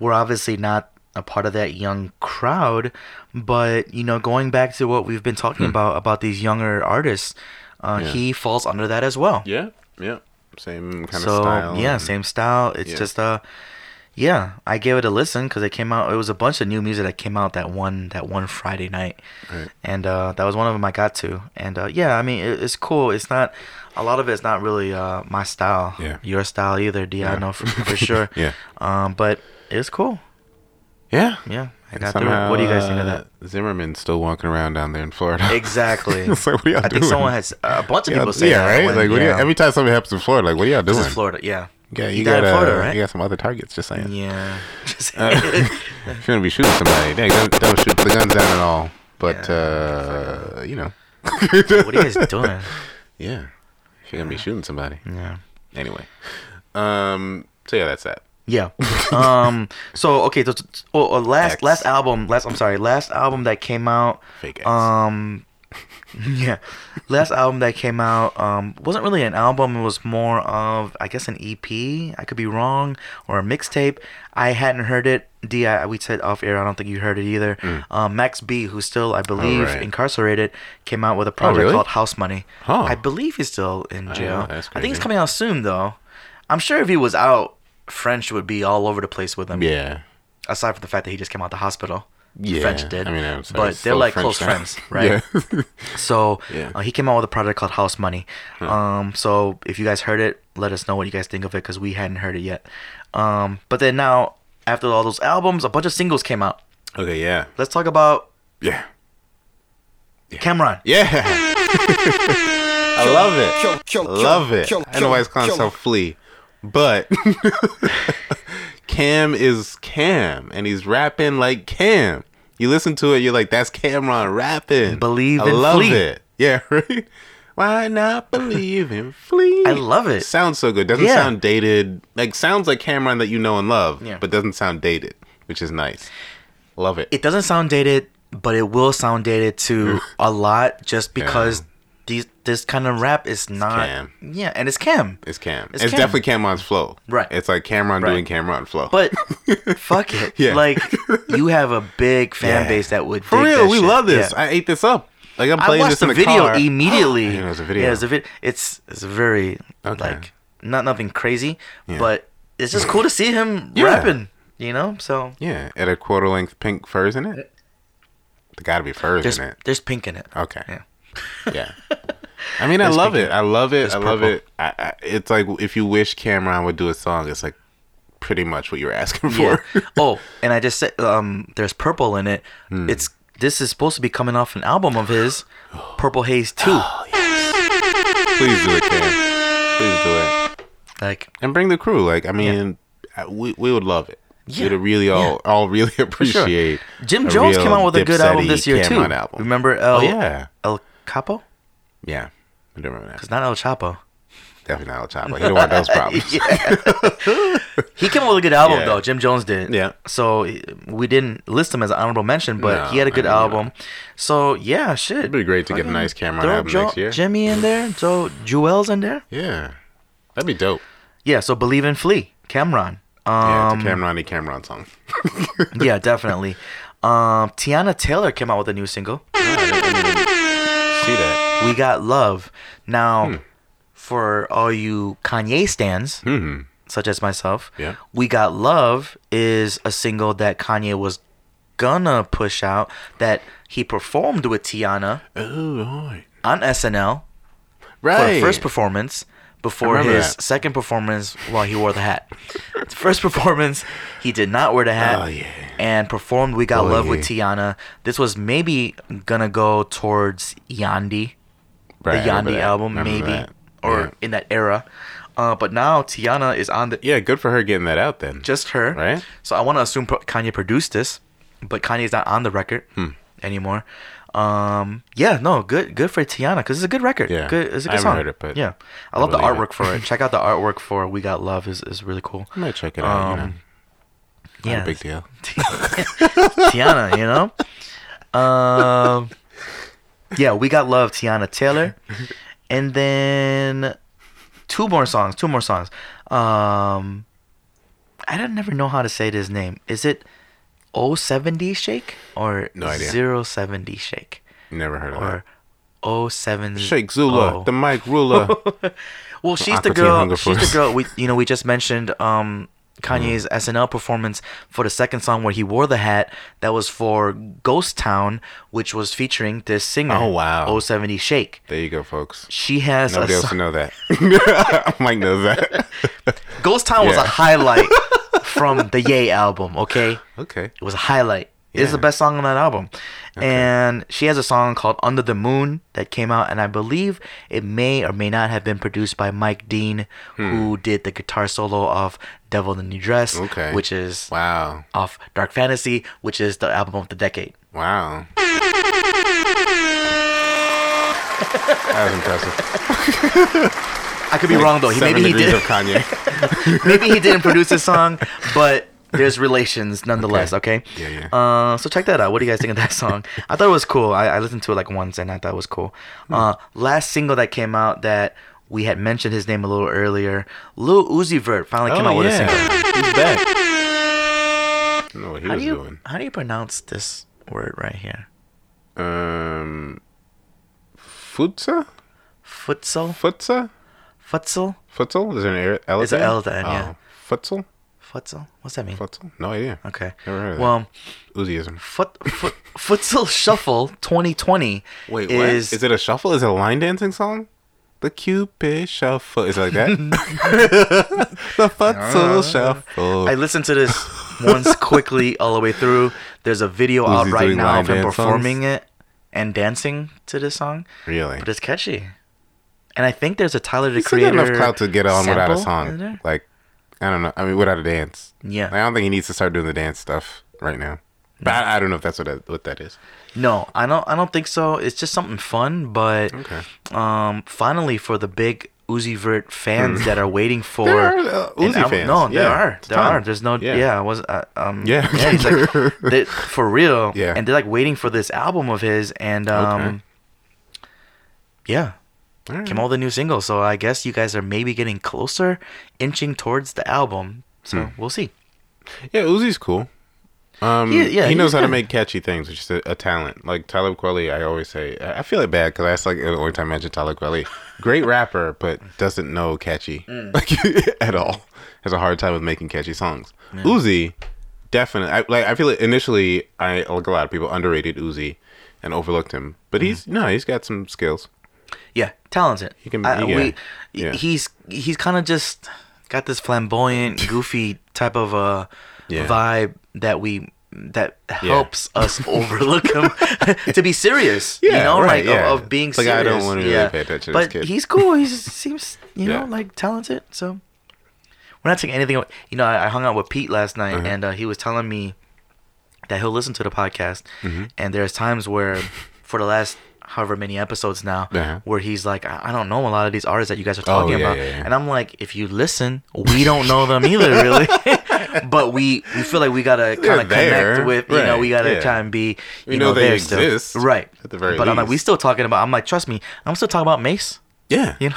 we're obviously not a part of that young crowd, but you know, going back to what we've been talking about about these younger artists, uh, he falls under that as well.
yeah, yeah. Same kind
so
of style.
yeah,
and-
same style. It's
Yeah.
just uh, yeah, I gave it a listen because it came out. It was a bunch of new music that came out that one that one Friday night,
Right.
and uh, that was one of them I got to. And uh, yeah, I mean it, it's cool. It's not a lot of it's not really uh, my style.
Yeah.
your style either. D I know for, for sure.
Yeah.
um, but it's cool.
Yeah.
Yeah, I
And
got through it. What do you guys think of
somehow,
that?
uh, Zimmerman's still walking around down there in Florida.
Exactly.
It's like, what are y'all
I think
doing?
someone has a bunch of
uh, Yeah,
people say
yeah,
that
right.
when-
like, what do you,
yeah.
every time something happens in Florida, like, what are y'all doing?
this is Florida. Yeah.
Yeah, Uh,
He
you
died
got
in Florida,
uh,
right?
You got some other targets. Just saying.
Yeah.
If
Just-
you're gonna be shooting somebody, dang, don't, don't shoot the guns down at all. But uh, you know,
what are you guys doing?
Yeah. If you're gonna be shooting somebody.
Yeah.
Anyway. Um so yeah, that's that.
Yeah. Um. So okay. The, oh, oh, last
X.
last album. Last. I'm sorry. Last album that came out.
Fake X.
Um. Yeah. Last album that came out um wasn't really an album. It was more of I guess an EP. I could be wrong or a mixtape. I hadn't heard it. D. I, we said off air. I don't think you heard it either.
Mm.
Um, Max B, who's still I believe
right.
incarcerated, came out with a project
Oh, really?
called House Money.
Huh.
I believe he's still in jail.
that's
I think he's
crazy.
coming out soon though. I'm sure if he was out, French would be all over the place with him.
yeah.
Aside from the fact that he just came out the hospital.
Yeah.
French did.
I mean, I'm sorry,
but
it's
they're
still
like
French
close
now.
friends, right?
Yeah.
So
Yeah.
uh, he came out with a product called House Money. Um, so if you guys heard it, let us know what you guys think of it because we hadn't heard it yet. Um, but then now, after all those albums, a bunch of singles came out.
okay, yeah.
Let's talk about
Yeah.
Cameron.
Yeah. I love it.
Kill, kill, kill,
Love it.
kill,
I don't know why it's calling
kill.
himself Flea, but Cam is Cam, and he's rapping like Cam. You listen to it, you're like, "That's Cameron rapping."
Believe
I
in
love
Flea.
it. Yeah, right. Why not believe in Flea?
I love it.
Sounds so good. Doesn't
Yeah.
sound dated. Like sounds like Cameron that you know and love,
Yeah.
but doesn't sound dated, which is nice. Love it.
It doesn't sound dated, but it will sound dated
Mm.
to a lot just because these this kind of rap is not.
Cam.
Yeah, and it's Cam.
It's Cam.
It's
It's,
Cam.
definitely Cameron's flow.
Right.
It's like Cameron
Right.
doing Cameron flow.
But fuck it.
Yeah.
Like you have a big fan
Yeah.
base that would
For
dig
real,
that
we
shit.
love this.
Yeah.
I ate this up. Like I'm
I
playing
watched
this in
the,
the,
video
car.
immediately.
Yeah, it was a video.
Yeah, it's a vid- It's it's very
Okay.
like not nothing crazy, but it's just cool to see him
Yeah.
rapping. You know, so
yeah, at a quarter length pink furs in it. There got to be furs
there's
in it.
there's pink in it.
Okay.
Yeah.
Yeah. I mean, I
There's
love
pink
it. I love it.
There's
I love
purple.
it. I, I, it's like if you wish Cameron would do a song, it's like pretty much what you were asking
Yeah.
for.
oh, and I just said um, there's purple in it.
Hmm.
It's this is supposed to be coming off an album of his, Purple Haze Two.
Oh, Please do it, Cam. Please do it.
like
and bring the crew. Like I mean, I- we we would love it.
Yeah.
We'd really all all really appreciate.
Jim
a
Jones
real
came out with a good album
Dipset-y
this year
Cameron
too.
Album.
Remember El
Oh, yeah.
El Capo?
Yeah, I don't remember that.
It's not El Chapo.
Definitely not El Chapo. He don't want those problems.
He came out with a good album
Yeah.
though. Jim Jones did.
Yeah.
So eh, we didn't list him as an honorable mention, but
No,
he had a good
I mean,
album. So yeah, shit.
It'd be great to get a nice Cameron album
Jo-
next year.
Jimmy in there. So Jewel's in there.
Yeah, that'd be dope.
Yeah. So believe in Flea, Cameron.
Yeah,
Um,
it's a Cameron and Cameron song.
yeah, definitely. Um, Tiana Taylor came out with a new single.
See that?
We got love. Now, for all you Kanye stands, such as myself,
Yeah.
we got love is a single that Kanye was gonna push out that he performed with Tiana
Oh, right.
on SNL for her
Right.
first performance before
remember
his
that.
second performance while he wore the hat. first performance, he did not wear the hat
Oh, yeah.
and performed We Got
Oh,
Love
yeah.
with Tiana. This was maybe gonna go towards Yandi,
Right,
the
I remember
Yandi
that.
album,
Remember
maybe,
that.
or
yeah.
in that era. Uh, but now Tiana is on the
Yeah, good for her getting that out then.
just her.
Right.
So I want to assume pro- Kanye produced this, but Kanye's not on the record
Hmm.
anymore. Um, yeah, no, good, good for Tiana because it's a good record.
Yeah.
good, it's a
I
good
haven't
song.
heard it, but
yeah, I
I
love the
believe
artwork
it.
for it. Check out the artwork for "We Got Love" is is really cool.
I might check it out. you know.
Um,
Not
yeah,
a big deal.
Tiana, you know. Um, yeah, we got love, Tiana Taylor, and then two more songs. Two more songs. Um, I don't never know how to say this name. Is it 070 Shake or
No idea.
070 Shake
Never heard of that.
or 07
Shake Zula,
oh.
the mic ruler.
Well, she's
Aqua
the
Teen
girl.
Hunger
She's the
Force. Mm.
girl. We, you know, we just mentioned um, Kanye's SNL performance for the second song where he wore the hat. That was for Ghost Town, which was featuring this singer.
Oh, wow.
070 Shake.
there you go, folks.
She has
Nobody
a
else
song.
will know that. Mike knows that.
Ghost Town was a
Yeah.
highlight from the Yay album. Okay,
Okay.
it was a highlight. It's the
Yeah.
best song on that album. And she has a song called Under the Moon that came out, and I believe it may or may not have been produced by Mike Dean, who did the guitar solo of Devil in the New Dress,
Hmm. Okay.
which is
Wow.
off Dark Fantasy, which is the album of the decade.
Wow. That was impressive.
I could be wrong though. He,
Seven
maybe he
degrees
did.
of Kanye.
maybe he didn't produce this song, but there's relations nonetheless. Okay.
Yeah, yeah.
Uh, so check that out. What do you guys think of that song? I thought it was cool. I, I listened to it like once and I thought it was cool.
Hmm.
Uh, last single that came out that we had mentioned his name a little earlier, Lil Uzi Vert finally
Oh,
came out with a single.
He's back. I don't know what he
How
was
do you
doing.
how do you pronounce this word right here?
Um, futsa,
Futsal,
futsa,
futsal,
futsal. Is there an air- L?
It's an L at the end,
Oh.
yeah. Uh,
Futsal,
futsal. What's that mean?
futsal. No idea.
Okay.
Never heard of that.
Well,
Uziism.
foot, foot, futsal shuffle 2020
Wait, what?
is
Is it a shuffle? Is it a line dancing song? The Cupid shuffle. Is it like that? the futsal shuffle.
Uh, I listened to this once quickly all the way through. There's a video out
he
right
doing
now
live
of him
dance
performing it and dancing to this song,
really?
but it's catchy. And I think there's a Tyler the
He's still got
Creator
enough clout to get on without a
sample in
song.
there.
Like, I don't know. I mean, without a dance.
Yeah.
I don't think he needs to start doing the dance stuff right now. But I, I don't know if that's what that, what that is.
No, I don't. I don't think so. It's just something fun, but
Okay.
um, finally for the big Uzi Vert fans that are waiting for
There are, uh,
an
Uzi
album-
fans.
No, there
Yeah,
are.
it's
There
time.
are. There's no.
Yeah.
Yeah, I was. Uh, um,
Yeah.
he's like, they- for real.
Yeah.
And they're like waiting for this album of his, and um,
Okay.
yeah,
All right.
came all the new singles. So I guess you guys are maybe getting closer, inching towards the album. So
Hmm.
we'll see.
Yeah, Uzi's cool. Um,
He- yeah,
yeah, he knows
he's
how to
good.
make catchy things, which is a, a talent. Like Talib Kweli, I always say, I I feel it bad because that's like the only time I mentioned Talib Kweli. Great rapper, but doesn't know catchy
Mm.
like at all. Has a hard time with making catchy songs. Uzi, definitely. I, like I feel it initially. I like a lot of people underrated Uzi and overlooked him, but
Mm-hmm.
he's no, he's got some skills.
Yeah, talented. He
can-
can.
yeah,
we,
yeah.
He's he's kind of just got this flamboyant, goofy type of uh,
Yeah.
vibe that we that helps us overlook him to be serious. you
Yeah,
know,
right,
like, of-
yeah.
of, being
It's like,
serious.
I don't wanna really
Yeah.
pay attention to
But
this kid.
he's cool. He seems you
Yeah.
know like talented. So we're not taking anything. away- You know, I, I hung out with Pete last night,
Uh-huh.
and uh, he was telling me that he'll listen to the podcast.
Mm-hmm.
And there's times where, for the last however many episodes now,
Uh-huh.
where he's like, I, I don't know a lot of these artists that you guys are
Oh,
talking
yeah,
about.
yeah, yeah.
And I'm like, if you listen, we don't know them either, really. but we we feel like we gotta kind of
there,
connect with, you know,
right,
we gotta
yeah.
try and be, you
We know they
there still.
exist,
right?
at the very
but I'm like, we
least.
still talking about. I'm like, trust me, I'm still talking about Mace.
Yeah,
You know.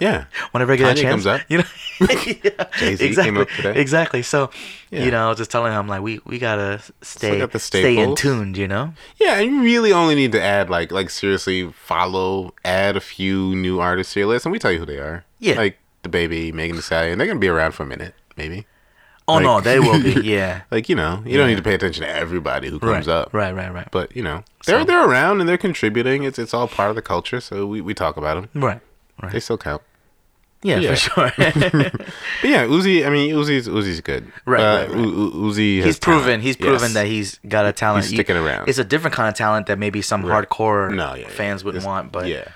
yeah.
Whenever I get
Kanye
a chance,
comes up.
you know, Yeah,
Jay-Z came
exactly,
up today.
exactly. So,
Yeah.
you know, I was just telling him like we we gotta stay
got the
stay in
staples.
tuned, you know.
Yeah, and you really only need to add like like seriously follow, add a few new artists to your list, and we tell you who they are.
Yeah.
like the baby, Megan Thee Stallion. They're gonna be around for a minute, maybe.
Oh
Like-
no, they will be. Yeah.
Like you know, you don't need to pay attention to everybody who comes
right.
up.
Right. Right. Right.
But you know, they're
So-
they're around and they're contributing. It's it's all part of the culture, so we, we talk about them.
right. Right.
They still count.
yeah,
yeah.
For sure.
But yeah, Uzi. I mean, Uzi's Uzi's good. Uh,
Right, right, right.
U- U- Uzi. has
he's proven.
talent.
He's proven
Yes.
that he's got a talent.
He's
You-
sticking around.
It's a different kind of talent that maybe some hardcore
No, yeah, yeah.
fans wouldn't
It's-
want, but
yeah,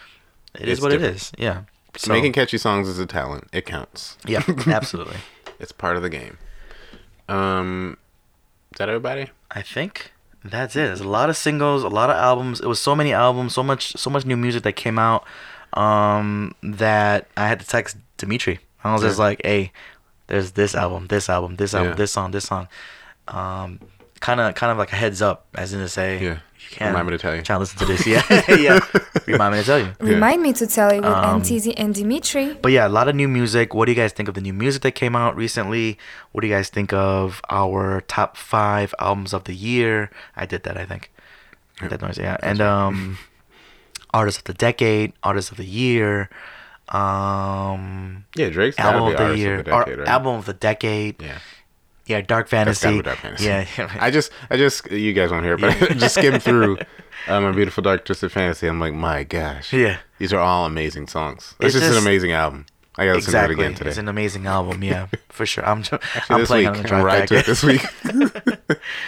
it is
it's
what it
different.
is. Yeah. So,
making catchy songs is a talent. It counts.
yeah, absolutely.
It's part of the game. Um, is that everybody?
I think that's it. There's a lot of singles, a lot of albums. It was so many albums, so much, so much new music that came out um, that I had to text Dimitri. I was just like, "Hey, there's this album, this album, this album,
Yeah.
this song, this song." Um, kind of, kind of like a heads up, as in to say,
Yeah.
you can
Remind me to tell you.
Try to listen to this, yeah, yeah. Remind me to tell you.
Remind me to tell you with MTZ and Dimitri.
But yeah, a lot of new music. What do you guys think of the new music that came out recently? What do you guys think of our top five albums of the year? I did that, I think. That noise, yeah. And um, artists of the decade, artists of the year, um,
Yeah, Drake's gotta
album
be
of the
artist
year,
of the
or
decade, right?
album of the decade.
Yeah.
Yeah, Dark Fantasy.
Gotta be Dark Fantasy.
Yeah,
I just, I just, you guys won't hear, it, but I just skimmed through uh, my beautiful dark twisted fantasy. I'm like, my gosh,
Yeah.
these are all amazing songs. It's,
It's
just, an
just-
amazing album. I gotta listen
exactly.
to it again today.
It's an amazing album. Yeah, for sure. I'm
Actually,
I'm
this
playing
week,
on the
I'm
track
right
back.
to it this week.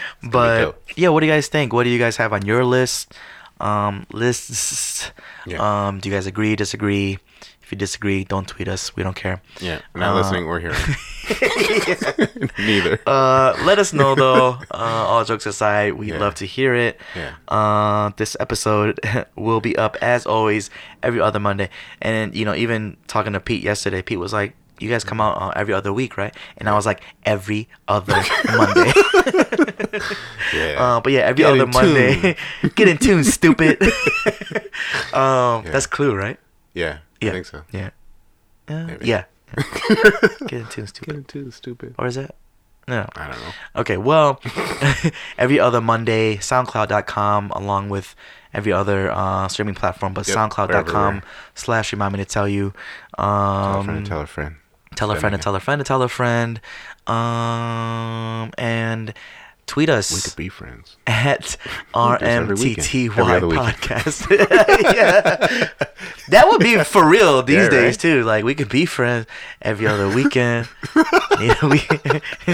but
dope.
yeah, what do you guys think? What do you guys have on your list? Um, lists.
Yeah.
Um, do you guys agree, disagree? If If you disagree, don't tweet us. We don't care.
Yeah, not listening or hearing. Neither.
Uh, let us know though. Uh, all jokes aside, we'd love to hear it.
Yeah.
Uh, this episode will be up as always every other Monday. And you know, even talking to Pete yesterday, Pete was like, "You guys come out uh, every other week, right?" And I was like, "Every other Monday."
yeah.
Uh, but yeah, every
Get
other
in tune.
Monday. Get in tune, stupid. um, That's Clue, right?
yeah.
Yeah.
I think so.
Yeah. Uh,
Maybe.
yeah. Get in tune, stupid.
Too stupid.
Or is it? No.
I don't know.
Okay, well, every other Monday, SoundCloud.com, along with every other uh, streaming platform, but
Yep,
SoundCloud.com
everywhere.
slash remind me to tell you.
Tell a
Um,
friend. Tell a friend.
tell a friend to tell a friend to tell a friend. Um, and tweet us
We could be friends.
at
every
RMTTY
weekend. Every other weekend.
podcast. yeah. That would be for real these
Yeah, right?
days too. Like we could be friends every other weekend. yeah, we,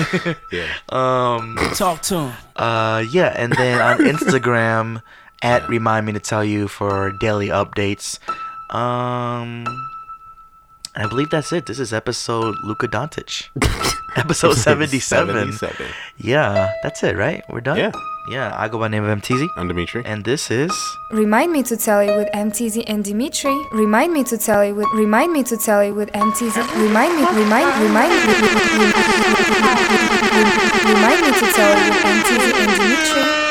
Yeah.
um
Talk to him.
uh yeah, and then on Instagram at remind me to tell you for daily updates. Um I believe that's it. This is episode Luka Doncic. episode 77.
77.
Yeah, that's it, right? We're done?
Yeah.
Yeah, I go by the name of MTZ.
I'm Dimitri.
And this is
Remind me to tell you with MTZ and Dimitri. Remind me to tell you with. Remind me to tell you with MTZ. Remind me. Remind. Remind. Remind me to tell you with MTZ and Dimitri.